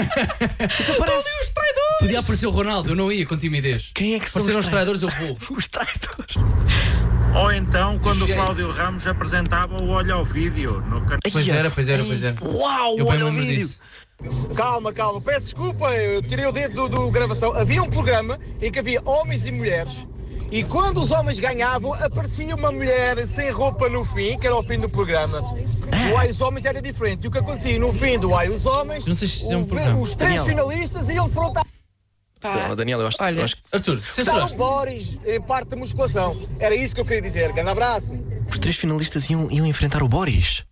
Speaker 3: Então os traidores!
Speaker 5: Podia aparecer o Ronaldo, eu não ia com timidez.
Speaker 4: Quem é que são
Speaker 5: Apareceram
Speaker 4: os
Speaker 5: os traidores, eu vou.
Speaker 4: Os traidores.
Speaker 13: Ou então, quando o
Speaker 5: Cheguei.
Speaker 13: Cláudio Ramos apresentava o Olho ao Vídeo no canal.
Speaker 5: Pois era, pois era, pois era.
Speaker 4: Uau,
Speaker 5: Eu bem
Speaker 4: olha o
Speaker 5: lembro
Speaker 4: vídeo.
Speaker 5: disso.
Speaker 6: Calma, calma, peço desculpa, eu tirei o dedo do, do gravação. Havia um programa em que havia homens e mulheres. E quando os homens ganhavam, aparecia uma mulher sem roupa no fim, que era o fim do programa. O Ai os Homens era diferente. E o que acontecia no fim do Ai os Homens,
Speaker 5: Não sei se isto é um
Speaker 6: o-
Speaker 5: programa.
Speaker 6: os três
Speaker 4: Daniel.
Speaker 6: finalistas iam frontar
Speaker 4: Não, Daniel, eu acho,
Speaker 3: Olha.
Speaker 4: eu acho que
Speaker 5: Arthur,
Speaker 6: o
Speaker 5: censuraste.
Speaker 6: Boris em parte da musculação. Era isso que eu queria dizer. Grande abraço.
Speaker 4: os três finalistas iam, iam enfrentar o Boris.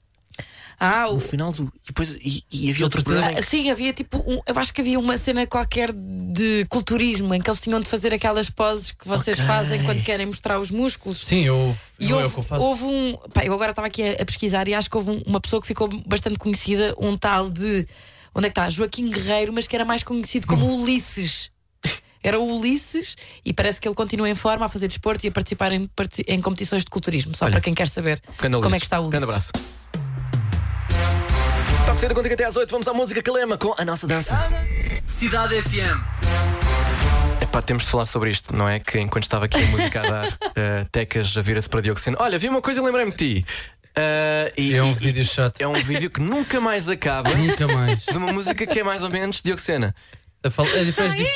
Speaker 3: Ah, o-
Speaker 4: No final do. E depois. E, e havia outro
Speaker 5: Outro
Speaker 4: programa. em
Speaker 3: ah,
Speaker 4: que-
Speaker 3: sim, havia tipo. um- eu acho que havia uma cena qualquer de culturismo em que eles tinham de fazer aquelas poses que vocês
Speaker 4: Ok.
Speaker 3: fazem quando querem mostrar os músculos.
Speaker 5: Sim, eu.
Speaker 3: E
Speaker 5: não é o
Speaker 3: houve,
Speaker 5: que eu faço.
Speaker 3: houve um. pá, eu agora estava aqui a, a pesquisar e acho que houve um- uma pessoa que ficou bastante conhecida, um tal de. Onde é que está? Joaquim Guerreiro, mas que era mais conhecido como Ulisses. Era o Ulisses e parece que ele continua em forma a fazer desporto e a participar em, parti- em competições de culturismo, só
Speaker 4: Olha,
Speaker 3: para quem quer saber
Speaker 4: Grande
Speaker 3: como é
Speaker 4: Ulisses.
Speaker 3: que está o Ulisses.
Speaker 4: Grande abraço. Está cedo contigo até às 8. Vamos à música Calema com a nossa dança.
Speaker 5: é
Speaker 1: Cidade FM.
Speaker 4: Epá, temos de falar sobre isto, não é? Que enquanto estava aqui a música a dar, eh, Tecas a vira-se para Dioceno. Olha, vi uma coisa e lembrei-me de ti. Eh, e-
Speaker 5: É um
Speaker 4: e-
Speaker 5: vídeo chato.
Speaker 4: é um vídeo que nunca mais acaba de
Speaker 5: Nunca mais.
Speaker 4: uma música que é mais ou menos Diocena.
Speaker 5: A fal- é diferente de-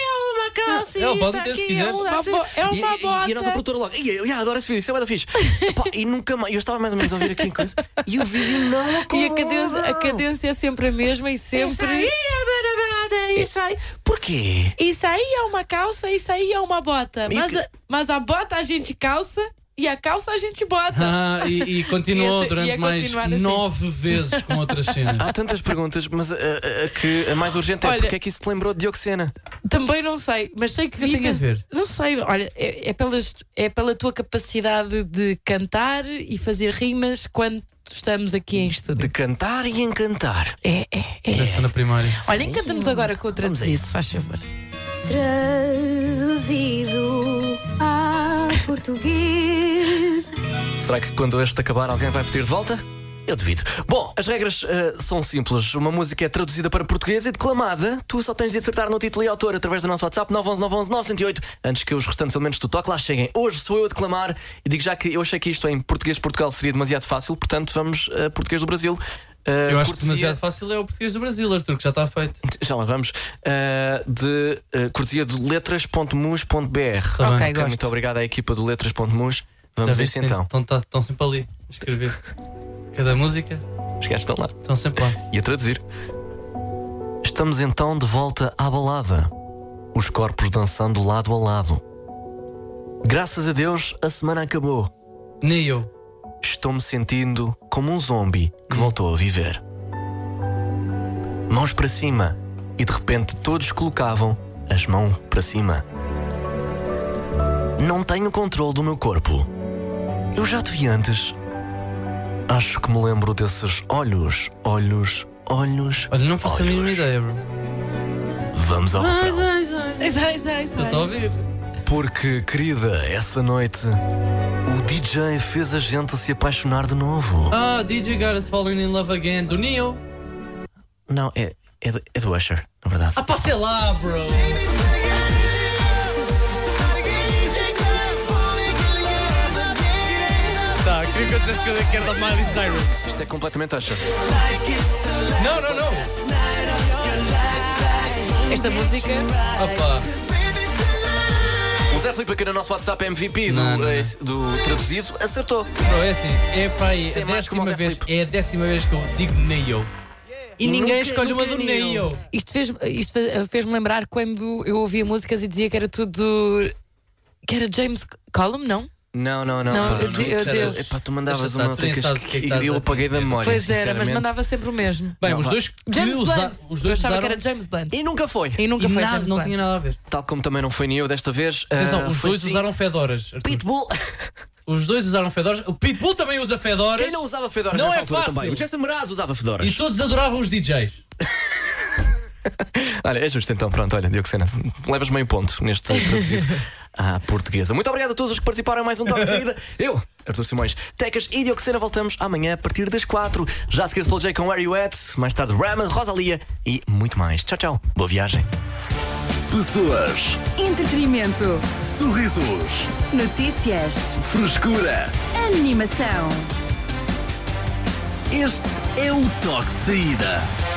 Speaker 5: Ela pode ter, se quiser.
Speaker 4: Tá
Speaker 3: É
Speaker 4: E,
Speaker 3: uma
Speaker 4: e, e a nossa
Speaker 3: bota.
Speaker 4: produtora logo, "Ei, eu, eu adoro esse vídeo, isso é bué da fixe. Epá, e nunca mais, eu estava mais ou menos a ouvir aqui em coisa e o vídeo não acabou.
Speaker 3: E a cadência, a cadência é sempre a mesma e sempre.
Speaker 4: Isso aí. Porquê?
Speaker 3: Isso aí é uma calça, isso aí é uma bota.
Speaker 4: E
Speaker 3: Mas
Speaker 4: que-
Speaker 3: a, mas a bota a gente calça e a calça a gente bota.
Speaker 5: Ah, e, e continuou
Speaker 3: Ia ser-
Speaker 5: durante
Speaker 3: ia
Speaker 5: mais
Speaker 3: continuar assim.
Speaker 5: nove vezes com outras cenas.
Speaker 4: Há tantas perguntas, mas a, a- a que a mais urgente é
Speaker 3: Olha-
Speaker 4: porque é que isso te lembrou de Diocena?
Speaker 3: Também não sei, mas sei que
Speaker 5: O que é que
Speaker 3: vi
Speaker 5: tem a
Speaker 3: que-
Speaker 5: ver?
Speaker 3: Não sei, olha, é, é pelas, é pela tua capacidade de cantar e fazer rimas quando estamos aqui em
Speaker 4: De
Speaker 3: estúdio.
Speaker 4: cantar e encantar.
Speaker 3: É, é, é.
Speaker 5: Desta na primária.
Speaker 3: Olha, encanta-nos agora com o traduzido, faz favor.
Speaker 14: Traduzido a português.
Speaker 4: Será que quando este acabar alguém vai pedir de volta? Eu duvido. Bom, as regras eh, são simples. Uma música é traduzida para português e declamada. Tu só tens de acertar no título e autor através do nosso WhatsApp 911-911-908 antes que os restantes elementos do toque lá cheguem. Hoje sou eu a declamar e digo já que eu achei que isto em português de Portugal seria demasiado fácil, portanto vamos a português do Brasil. Eh,
Speaker 5: Eu acho que
Speaker 4: cortesia-
Speaker 5: demasiado fácil é o português do Brasil, Arthur, que já está feito.
Speaker 4: Já lá vamos. Eh, de eh, cortesia de letras.mus.br.
Speaker 5: Tá bem. Ok, gosto.
Speaker 4: Muito obrigado à equipa do letras.mus. Vamos
Speaker 5: Já
Speaker 4: a
Speaker 5: viste,
Speaker 4: isso então.
Speaker 5: Estão, tá- estão sempre ali a escrever. Cada música.
Speaker 4: Os gajos estão lá.
Speaker 5: Estão sempre lá.
Speaker 4: E a traduzir. Estamos então de volta à balada. Os corpos dançando lado a lado. Graças a Deus, a semana acabou.
Speaker 5: Nem eu.
Speaker 4: Estou-me sentindo como um zombie que voltou a viver. Mãos para cima. E de repente todos colocavam as mãos para cima. Não tenho controle do meu corpo. Eu já te vi antes. Acho que me lembro desses olhos, olhos, olhos.
Speaker 5: Olha, não faço a mínima ideia, bro.
Speaker 4: Vamos ao
Speaker 3: Zai,
Speaker 4: refrão.
Speaker 3: zai, zai. Zai, zai, zai.
Speaker 5: Estou Tá, a ouvir.
Speaker 4: Porque, querida, essa noite o DJ fez a gente se apaixonar de novo.
Speaker 5: Ah, DJ Got Us Falling in Love Again do Neo.
Speaker 4: Não, é, é, do- é do Usher, na verdade.
Speaker 5: Ah, pá, sei lá, bro.
Speaker 14: Tá, queria que eu dissesse que eu quero da Miley Cyrus.
Speaker 4: Isto é completamente Usher.
Speaker 5: Não, não, não.
Speaker 3: Esta música.
Speaker 5: Opa.
Speaker 4: O Zé Filipe aqui no nosso WhatsApp MVP do, eh, do traduzido acertou.
Speaker 5: Bro, é assim, é para aí,
Speaker 4: Isso é
Speaker 5: a
Speaker 4: mais como o
Speaker 5: décima
Speaker 4: Zé
Speaker 5: vez, é a décima vez que eu digo Neo. E, ninguém escolhe uma do Neo.
Speaker 3: Isto fez-me isto fe- fez-me lembrar quando eu ouvia músicas e dizia que era tudo. que era James Column, não?
Speaker 4: Não, não, não.
Speaker 3: Não,
Speaker 4: pá,
Speaker 3: eu dizia- eu
Speaker 4: isso
Speaker 3: dizia-
Speaker 4: era- Epá, tu mandavas
Speaker 5: Deixa
Speaker 4: uma
Speaker 5: estar, tu nem
Speaker 4: nota que,
Speaker 5: sabes o que é que
Speaker 4: que
Speaker 5: estás
Speaker 4: eu
Speaker 5: a
Speaker 4: apaguei da memória.
Speaker 3: pois era, mas
Speaker 4: sinceramente.
Speaker 3: mandava sempre o mesmo.
Speaker 4: Bem, Não, os vá. dois que
Speaker 3: James
Speaker 4: usa-
Speaker 3: Blunt.
Speaker 5: os
Speaker 3: eu
Speaker 5: dois
Speaker 3: achava que
Speaker 5: usaram-
Speaker 3: era James Blunt.
Speaker 4: E nunca foi.
Speaker 3: E nunca
Speaker 5: E
Speaker 3: foi
Speaker 5: nada,
Speaker 3: James
Speaker 5: não
Speaker 3: Blunt.
Speaker 5: tinha nada a ver.
Speaker 4: Tal como também não foi nem eu desta vez.
Speaker 5: Atenção,
Speaker 4: ah,
Speaker 5: os
Speaker 4: foi
Speaker 5: dois
Speaker 4: sim.
Speaker 5: usaram fedoras. Arthur.
Speaker 4: Pitbull.
Speaker 5: Os dois usaram fedoras. O Pitbull também usa fedoras.
Speaker 4: Quem não usava fedoras
Speaker 5: Não
Speaker 4: nessa
Speaker 5: é
Speaker 4: altura
Speaker 5: fácil.
Speaker 4: também? O Jason Mraz usava fedoras.
Speaker 5: E todos adoravam os DJs.
Speaker 4: Olha, é justo então, pronto, olha, Diocesana, levas meio ponto neste traduzido à portuguesa. Muito obrigado a todos os que participaram em mais um Toque de Saída. Eu, Artur Simões, Tecas e Diocesana voltamos amanhã a partir das 4. Já a seguir Slow J com Where You At, mais tarde Raman, Rosalia e muito mais. Tchau, tchau. Boa viagem.
Speaker 9: Pessoas,
Speaker 2: Entretenimento.
Speaker 9: sorrisos,
Speaker 2: Notícias.
Speaker 9: frescura.
Speaker 2: Animação.
Speaker 9: Este é o toque de saída.